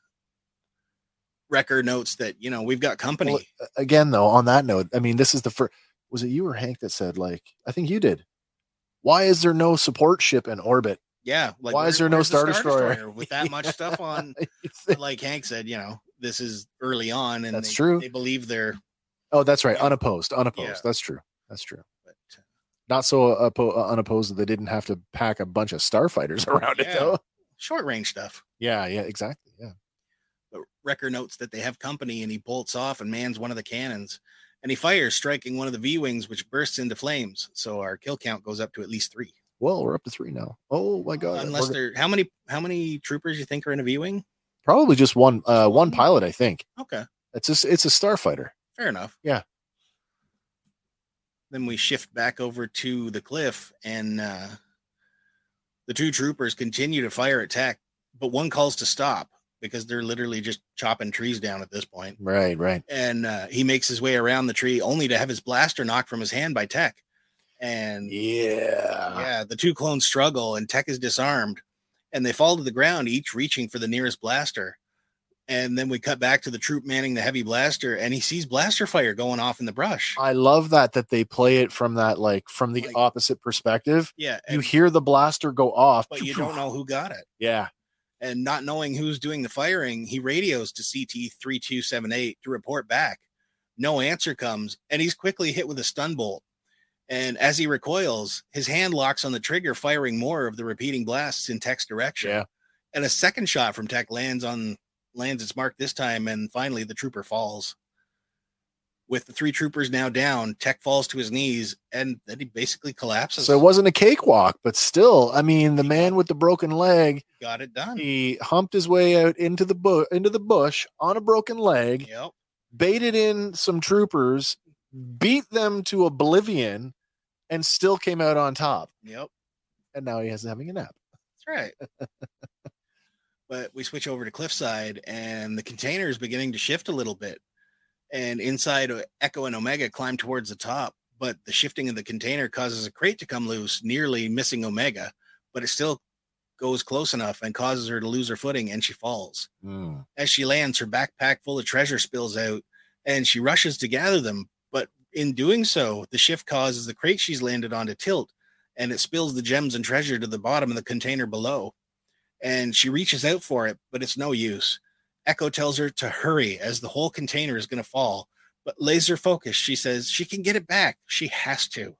S2: Wrecker notes that you know we've got company.
S1: Well, again though on that note i mean this is the first was it you or hank that said like i think you did why is there no support ship in orbit
S2: yeah, like
S1: why is there no
S2: where's the
S1: Star Destroyer?
S2: with that much stuff on? Like Hank said, you know, this is early on, and
S1: That's
S2: they,
S1: true.
S2: They believe they're
S1: oh that's right unopposed unopposed
S2: Yeah.
S1: that's true that's true
S2: but uh,
S1: not so oppo- uh, unopposed that they didn't have to pack a bunch of starfighters around it
S2: Yeah.
S1: though
S2: short range stuff.
S1: yeah yeah exactly yeah
S2: But Wrecker notes that they have company and he bolts off and mans one of the cannons and he fires, striking one of the V Wings, which bursts into flames. So our kill count goes up to at least three.
S1: well we're up to three now oh my god
S2: Unless
S1: We're-
S2: they're how many how many troopers you think are in a V Wing?
S1: probably just one uh one
S2: one?
S1: pilot i think
S2: Okay,
S1: it's just it's a starfighter
S2: fair enough.
S1: Yeah.
S2: Then we shift back over to the cliff and uh the two troopers continue to fire attack, but one calls to stop because they're literally just chopping trees down at this point.
S1: right right
S2: and uh, he makes his way around the tree only to have his blaster knocked from his hand by Tech. And yeah,
S1: yeah
S2: the two clones struggle, and Tech is disarmed, and they fall to the ground, each reaching for the nearest blaster. And then we cut back to the troop manning the heavy blaster, and he sees blaster fire going off in the brush.
S1: i love that that they play it from that like from the
S2: Like-
S1: opposite perspective
S2: Yeah,
S1: you
S2: and-
S1: hear the blaster go off,
S2: but you don't know who got it.
S1: Yeah,
S2: And not knowing who's doing the firing, he radios to CT three two seven eight to report back. No answer comes, and he's quickly hit with a stun bolt. And as he recoils, his hand locks on the trigger, firing more of the repeating blasts in Tech's direction.
S1: yeah.
S2: And a second shot from Tech lands on lands its mark this time, and finally the trooper falls. With the three troopers now down, Tech falls to his knees, and then he basically collapses.
S1: So it wasn't a cakewalk, but still, I mean, the man with the broken leg,
S2: got it done?
S1: he humped his way out into the bu- into the bush on a broken leg,
S2: Yep.
S1: baited in some troopers, beat them to oblivion, and still came out on top.
S2: Yep.
S1: And now he has having a nap.
S2: That's right. but we switch over to Cliffside, and the container is beginning to shift a little bit. And inside, uh, Echo and Omega climb towards the top, but the shifting of the container causes a crate to come loose, nearly missing Omega, but it still goes close enough and causes her to lose her footing, and she falls.
S1: Mm.
S2: As she lands, her backpack full of treasure spills out, and she rushes to gather them. But in doing so, the shift causes the crate she's landed on to tilt, and it spills the gems and treasure to the bottom of the container below. And she reaches out for it, but it's no use. Echo tells her to hurry as the whole container is going to fall. But laser focused, she says she can get it back. She has to.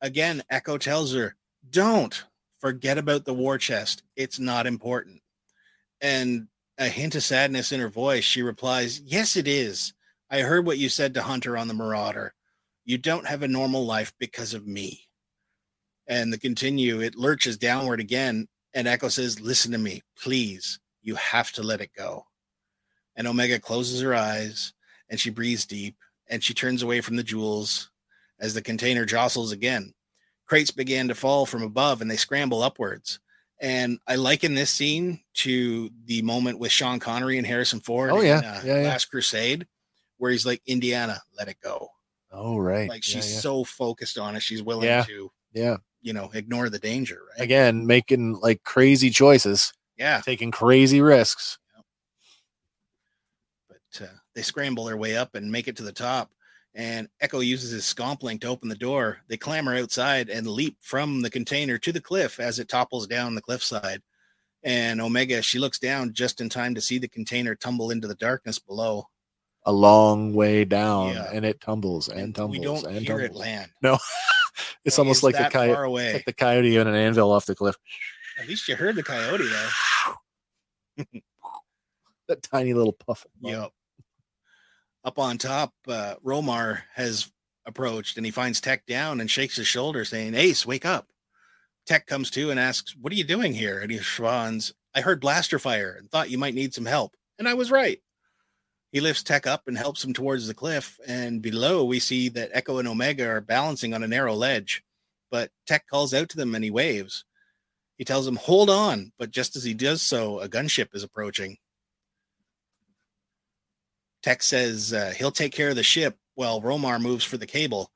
S2: Again, Echo tells her, don't forget about the war chest. It's not important. And a hint of sadness in her voice, she replies, Yes, it is. I heard what you said to Hunter on the Marauder. You don't have a normal life because of me. And the continue, it lurches downward again. And Echo says, Listen to me, please. You have to let it go. And Omega closes her eyes and she breathes deep and she turns away from the jewels as the container jostles again. Crates began to fall from above and they scramble upwards. And I liken this scene to the moment with Sean Connery and Harrison Ford.
S1: Oh,
S2: in,
S1: yeah.
S2: uh,
S1: Yeah, yeah.
S2: Last Crusade, where he's like, Indiana, let it go.
S1: Oh right,
S2: Like
S1: Yeah,
S2: she's
S1: yeah.
S2: so focused on it, she's willing
S1: Yeah.
S2: to,
S1: yeah.
S2: you know, ignore the danger. Right?
S1: Again, making like crazy choices,
S2: Yeah.
S1: taking crazy risks.
S2: But uh, they scramble their way up and make it to the top. And Echo uses his scompling to open the door. They clamber outside and leap from the container to the cliff as it topples down the cliffside. And Omega, she looks down just in time to see the container tumble into the darkness below.
S1: a long way down
S2: Yeah.
S1: and it tumbles and tumbles
S2: we don't
S1: and
S2: hear it
S1: tumbles.
S2: land.
S1: It's
S2: It
S1: almost
S2: is
S1: like the
S2: that
S1: coyote,
S2: far away.
S1: like the coyote and an anvil off the cliff.
S2: At least you heard the coyote though.
S1: That tiny little puff. of smoke.
S2: Yep. Up on top, uh, Romar has approached and he finds Tech down and shakes his shoulder, saying, Ace, wake up. Tech comes to and asks, What are you doing here? And he responds, I heard blaster fire and thought you might need some help. And I was right. He lifts Tech up and helps him towards the cliff. And below, we see that Echo and Omega are balancing on a narrow ledge. But Tech calls out to them and he waves. He tells them, Hold on. But just as he does so, a gunship is approaching. Tech says uh, he'll take care of the ship while Romar moves for the cable.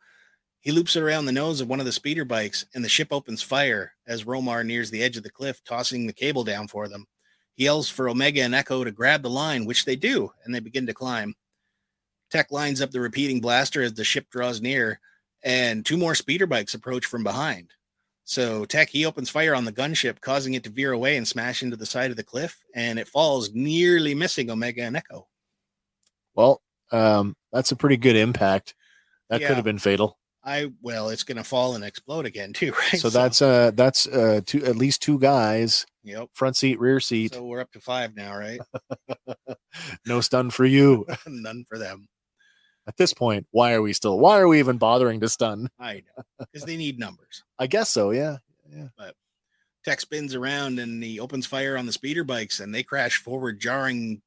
S2: He loops it around the nose of one of the speeder bikes, and the ship opens fire as Romar nears the edge of the cliff, tossing the cable down for them. He yells for Omega and Echo to grab the line, which they do, and they begin to climb. Tech lines up the repeating blaster as the ship draws near, and two more speeder bikes approach from behind. So Tech he opens fire on the gunship, causing it to veer away and smash into the side of the cliff, and it falls, nearly missing Omega and Echo.
S1: Well, um, that's a pretty good impact. That
S2: Yeah.
S1: could have been fatal.
S2: I well, it's gonna fall and explode again too, right?
S1: So that's uh that's uh two at least two guys,
S2: yep.
S1: front seat, rear seat.
S2: So we're up to five now, right?
S1: No stun for you.
S2: None for them.
S1: At this point, why are we still why are we even bothering to stun?
S2: I know because they need numbers.
S1: I guess so, yeah.
S2: Tech spins around and he opens fire on the speeder bikes and they crash forward, jarring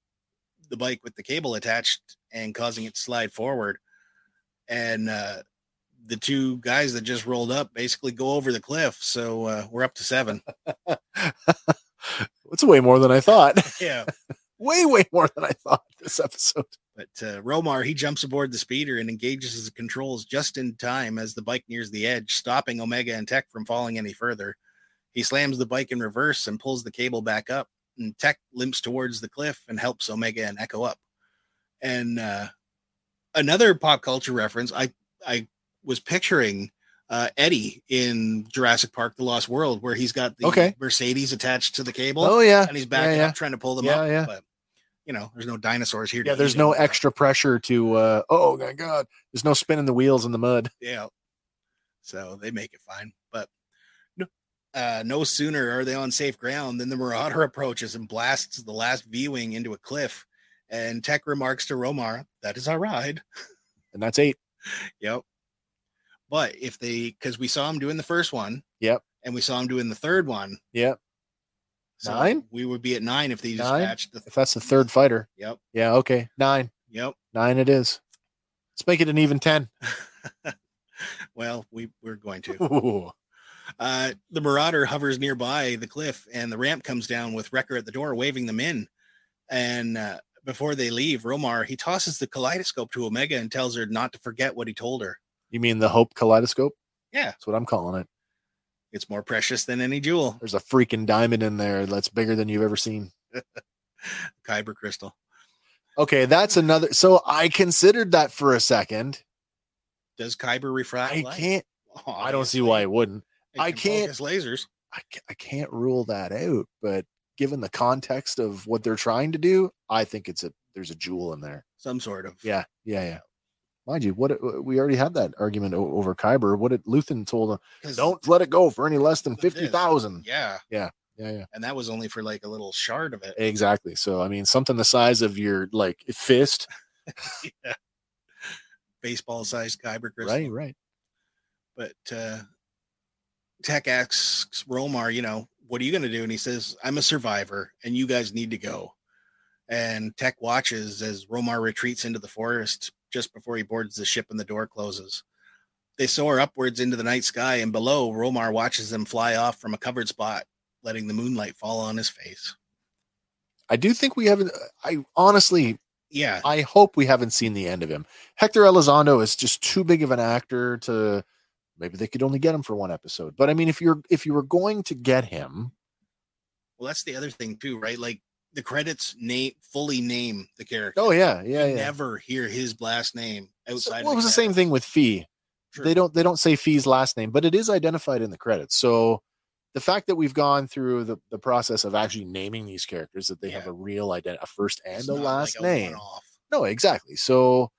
S2: the bike with the cable attached and causing it to slide forward. And uh, the two guys that just rolled up basically go over the cliff. So uh, we're up to seven.
S1: It's way more than I thought.
S2: yeah.
S1: way, way more than I thought this episode.
S2: But uh, Romar, he jumps aboard the speeder and engages his controls just in time as the bike nears the edge, stopping Omega and Tech from falling any further. He slams the bike in reverse and pulls the cable back up, and Tech limps towards the cliff and helps Omega and Echo up. And uh, another pop culture reference, I I was picturing uh, Eddie in Jurassic Park: The Lost World, where he's got the
S1: Okay.
S2: Mercedes attached to the cable,
S1: Oh yeah.
S2: and he's backing
S1: yeah, yeah.
S2: up trying to pull them
S1: Yeah,
S2: up.
S1: yeah.
S2: But you know, there's no dinosaurs here. to
S1: Yeah,
S2: eat
S1: there's no
S2: them.
S1: extra pressure to uh oh my god. There's no spinning the wheels in the mud.
S2: Yeah. So they make it fine. But no, uh, no sooner are they on safe ground than the Marauder approaches and blasts the last viewing into a cliff. And Tech remarks to Romar, that is our ride.
S1: And that's eight.
S2: Yep. But if they, because we saw him doing the first one.
S1: Yep.
S2: And we saw him doing the third one.
S1: Yep.
S2: So
S1: Nine?
S2: We would be at nine if they
S1: Nine?
S2: dispatched the.
S1: If that's the third fighter.
S2: Yep.
S1: Yeah, okay. Nine.
S2: Yep.
S1: Nine it is. Let's make it an even ten.
S2: Well, we, we're going to.
S1: Ooh.
S2: Uh, the Marauder hovers nearby the cliff, and the ramp comes down with Wrecker at the door, waving them in. And uh, before they leave, Romar he tosses the kaleidoscope to Omega and tells her not to forget what he told her.
S1: You mean the Hope Kaleidoscope?
S2: Yeah.
S1: That's what I'm calling it.
S2: It's more precious than any jewel,
S1: There's a freaking diamond in there that's bigger than you've ever seen.
S2: Kyber crystal.
S1: Okay, that's another. So I considered that for a second.
S2: Does Kyber refract?
S1: I
S2: light?
S1: can't. I don't see why it wouldn't.
S2: It
S1: I
S2: can
S1: can't-
S2: focus lasers.
S1: I, ca- I can't rule that out. But given the context of what they're trying to do, I think it's a there's a jewel in there.
S2: Some sort of.
S1: Yeah, yeah, yeah. Mind you, what it- we already had that argument o- over Kyber. What did Luthen told him?
S2: 'Cause-
S1: Don't let it go for any less than
S2: It is.
S1: fifty thousand.
S2: Yeah,
S1: Yeah, yeah.
S2: and that was only for like a little shard of it.
S1: Exactly. So I mean, something the size of your like fist.
S2: Baseball-sized Kyber crystal.
S1: Right, right.
S2: but uh, Tech asks Romar, you know, what are you going to do? And he says, I'm a survivor and you guys need to go. And Tech watches as Romar retreats into the forest just before he boards the ship and the door closes. They soar upwards into the night sky, and below, Romar watches them fly off from a covered spot, letting the moonlight fall on his face.
S1: I do think we haven't. uh, I honestly,
S2: Yeah,
S1: I hope we haven't seen the end of him. Hector Elizondo is just too big of an actor to maybe they could only get him for one episode. But I mean, if you're if you were going to get him,
S2: well, that's the other thing, too, right? Like the credits name fully name the character.
S1: oh yeah, yeah, yeah.
S2: Never hear his last name
S1: So,
S2: outside.
S1: well, it
S2: of
S1: was the same
S2: credits.
S1: thing with Fee.
S2: True.
S1: They don't they don't say Fee's last name, but it is identified in the credits. So the fact that we've gone through the, the process of actually naming these characters, that they have
S2: Yeah.
S1: a real ident a first and
S2: It's
S1: a
S2: not
S1: last
S2: like a
S1: name,
S2: one-off.
S1: No, exactly. So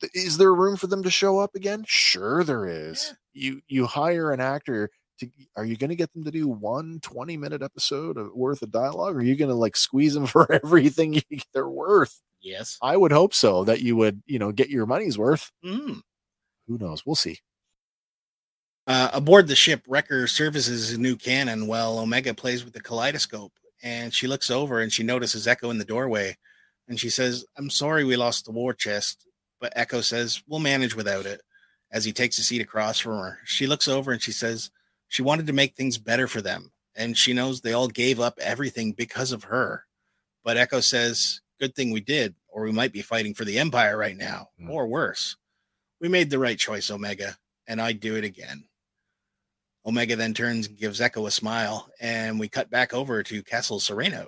S1: th- is there room for them to show up again? Sure there is. You you hire an actor to are you going to get them to do one 20 minute episode of worth of dialogue or are you going to like squeeze them for everything you, they're worth?
S2: Yes.
S1: I would hope so that you would, you know, get your money's worth.
S2: Mm.
S1: Who knows? We'll see.
S2: Uh, aboard the ship, Wrecker services his new cannon while Omega plays with the kaleidoscope. And she looks over and she notices Echo in the doorway. And she says, I'm sorry we lost the war chest. But Echo says, We'll manage without it as he takes a seat across from her. She looks over and she says, She wanted to make things better for them. And she knows they all gave up everything because of her. But Echo says, Good thing we did, or we might be fighting for the Empire right now,
S1: Mm.
S2: or worse. We made the right choice, Omega, and I'd do it again. Omega then turns and gives Echo a smile, and we cut back over to Castle Sereno.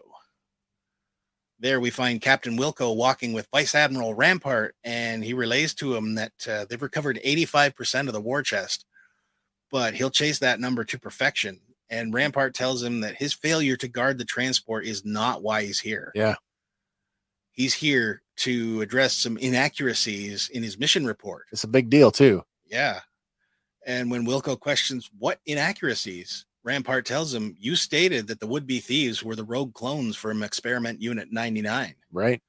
S2: There we find Captain Wilco walking with Vice Admiral Rampart, and he relays to him that uh, they've recovered 85% of the war chest, but he'll chase that number to perfection. And Rampart tells him that his failure to guard the transport is not why he's here.
S1: Yeah.
S2: He's here to address some inaccuracies in his mission report.
S1: It's a big deal too.
S2: Yeah. And when Wilco questions what inaccuracies, Rampart tells him, You stated that the would be thieves were the rogue clones from Experiment Unit 99,
S1: Right.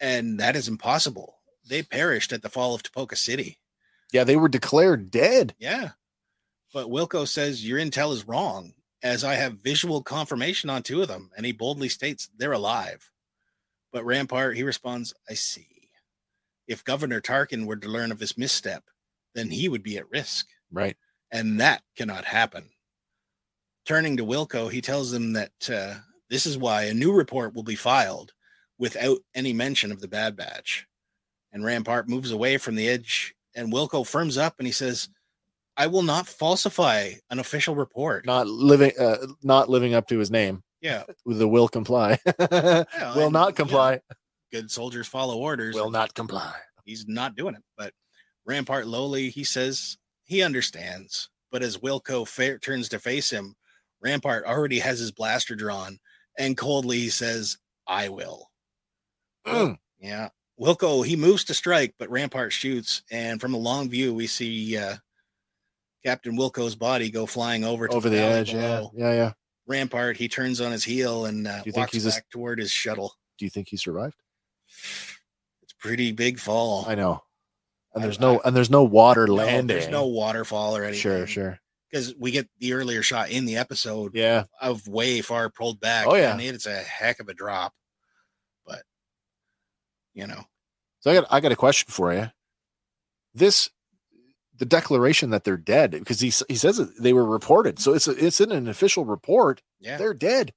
S2: and that is impossible. They perished at the fall of Topoka City.
S1: Yeah. They were declared dead.
S2: Yeah. But Wilco says, Your intel is wrong, as I have visual confirmation on two of them. And he boldly states, They're alive. But Rampart, he responds, I see. If Governor Tarkin were to learn of his misstep, then he would be at risk.
S1: Right.
S2: and that cannot happen. Turning to Wilco, he tells them that uh, this is why a new report will be filed without any mention of the Bad Batch. And Rampart moves away from the edge, and Wilco firms up and he says, I will not falsify an official report.
S1: Not living, uh, not living up to his name.
S2: yeah.
S1: The will comply.
S2: yeah,
S1: will
S2: and,
S1: not
S2: you
S1: comply.
S2: know, good soldiers follow orders.
S1: Will not comply.
S2: he's not doing it. But Rampart lowly, he says he understands. But as Wilco fa- turns to face him, Rampart already has his blaster drawn and coldly he says, I will.
S1: Mm.
S2: Yeah. Wilco, he moves to strike, but Rampart shoots. And from a long view, we see uh, Captain Wilco's body go flying over to
S1: Over the
S2: valley
S1: edge. Yeah.
S2: below.
S1: Yeah. Yeah.
S2: Rampart, he turns on his heel and uh,
S1: Do you think
S2: walks
S1: he's a s-
S2: back toward his shuttle.
S1: Do you think he survived?
S2: It's a pretty big fall.
S1: I know. And
S2: I-
S1: there's no, and there's no water
S2: No,
S1: landing.
S2: There's no waterfall or anything.
S1: Sure. Sure.
S2: because we get the earlier shot in the episode
S1: Yeah.
S2: of way far pulled back.
S1: Oh, yeah.
S2: and it's a heck of a drop. But you know,
S1: So I got, I got a question for you. This, the declaration that they're dead, because he s- he says it, they were reported. So it's a, it's in an official report.
S2: yeah,
S1: They're dead.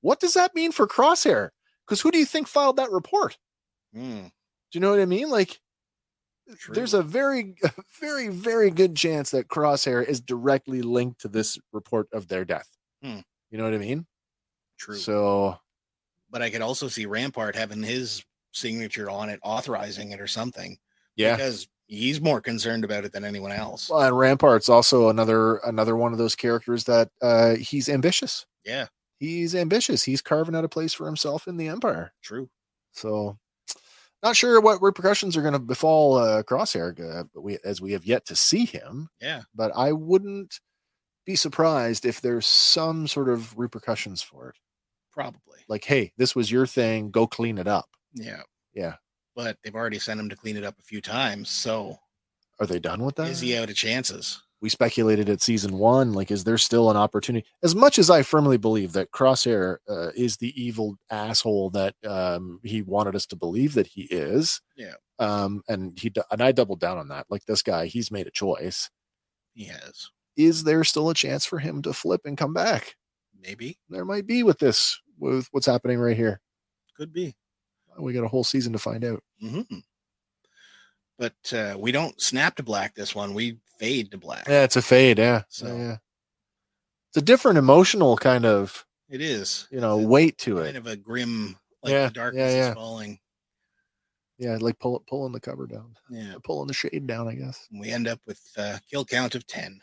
S1: What does that mean for Crosshair? Because who do you think filed that report?
S2: Hmm,
S1: Do you know what I mean? Like,
S2: true.
S1: there's a very, a very, very good chance that Crosshair is directly linked to this report of their death.
S2: Hmm.
S1: You know what I mean?
S2: true.
S1: So,
S2: but I could also see Rampart having his signature on it, authorizing it or something.
S1: yeah.
S2: because he's more concerned about it than anyone else.
S1: Well, and Rampart's also another another one of those characters that uh, he's ambitious.
S2: yeah,
S1: He's ambitious. He's carving out a place for himself in the Empire.
S2: true.
S1: So, not sure what repercussions are going to befall uh, Crosshair, uh, but we as we have yet to see him.
S2: Yeah,
S1: But I wouldn't be surprised if there's some sort of repercussions for it.
S2: probably.
S1: Like, hey, this was your thing. Go clean it up.
S2: Yeah,
S1: Yeah.
S2: But they've already sent him to clean it up a few times. So
S1: Are they done with that?
S2: is he out of chances?
S1: we speculated at season one like is there still an opportunity as much as i firmly believe that crosshair uh, is the evil asshole that um, he wanted us to believe that he is
S2: Yeah.
S1: um, and he d- and i doubled down on that like this guy he's made a choice
S2: He has
S1: is there still a chance for him to flip and come back
S2: maybe
S1: there might be with this with what's happening right here
S2: could be.
S1: we got a whole season to find out
S2: Mm-hmm. But uh, we don't snap to black this one. We fade to black.
S1: yeah it's a fade yeah
S2: So-
S1: yeah it's a different emotional kind of
S2: It is
S1: you know
S2: It's
S1: weight to it
S2: kind of a grim, like
S1: Yeah,
S2: the darkness
S1: yeah, yeah.
S2: is falling.
S1: yeah like pull pulling the cover down
S2: Yeah.
S1: pulling the shade down, I guess.
S2: And we end up with uh, kill count of 10.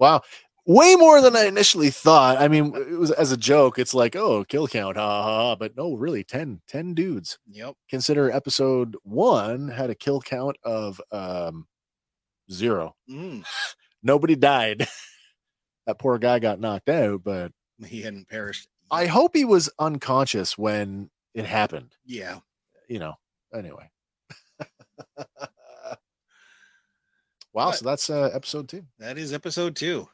S1: Wow. way more than I initially thought. I mean, it was as a joke. It's like, oh, kill count, ha ha. ha. But no, really, 10, 10 dudes.
S2: Yep.
S1: Consider episode one had a kill count of um zero.
S2: Mm,
S1: Nobody died. that poor guy got knocked out, but
S2: he hadn't perished.
S1: I hope he was unconscious when it happened.
S2: Yeah.
S1: You know. Anyway. wow. So that's uh, episode two.
S2: That is episode two.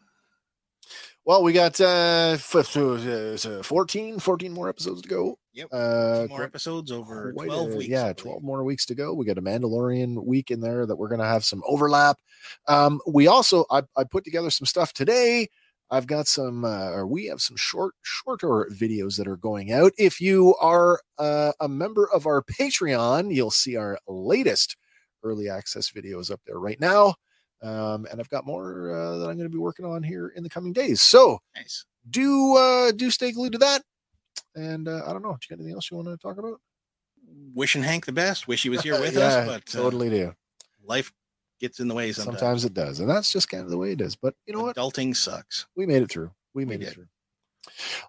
S1: Well, we got uh, f- f- uh, 14, 14 more episodes to go.
S2: Yep.
S1: Uh,
S2: Two more episodes over
S1: quite
S2: 12
S1: a-
S2: weeks. I
S1: Yeah,
S2: believe.
S1: 12 more weeks to go. We got a Mandalorian week in there that we're going to have some overlap. Um, we also, I, I put together some stuff today. I've got some, uh, or we have some short, shorter videos that are going out. If you are uh, a member of our Patreon, you'll see our latest early access videos up there right now. Um, and I've got more uh, that I'm going to be working on here in the coming days. So
S2: Nice.
S1: do uh, do stay glued to that. And uh, I don't know. Do you got anything else you want to talk about?
S2: Wishing Hank the best. Wish he was here with
S1: Yeah,
S2: us, but uh,
S1: totally do.
S2: life gets in the way sometimes.
S1: Sometimes. it does, and that's just kind of the way it is. But you know what?
S2: Adulting sucks.
S1: We made it through. We made it
S2: did.
S1: through.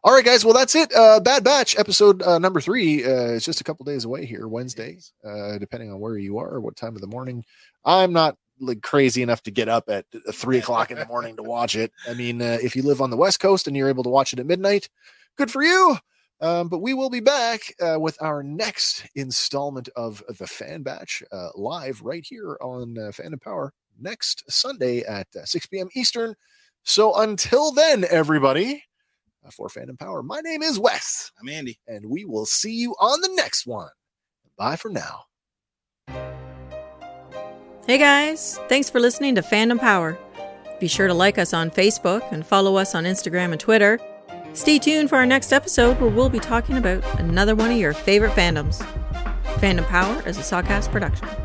S1: All right, guys. Well, that's it. Uh, Bad Batch episode uh, number three uh, is just a couple days away here, Wednesday,
S2: Yes.
S1: uh, depending on where you are or what time of the morning. I'm not like crazy enough to get up at uh, three o'clock in the morning to watch it. I mean, uh, if you live on the West Coast and you're able to watch it at midnight, good for you. Um, but we will be back uh, with our next installment of the Fan Batch uh, live right here on uh, Fandom Power next Sunday at uh, 6 p.m. Eastern. So until then, everybody, uh, for Fandom Power, my name is Wes,
S2: I'm Andy.
S1: and we will see you on the next one. Bye for now.
S4: Hey guys, thanks for listening to Fandom Power. Be sure to like us on Facebook and follow us on Instagram and Twitter. Stay tuned for our next episode where we'll be talking about another one of your favorite fandoms. Fandom Power is a Sawcast production.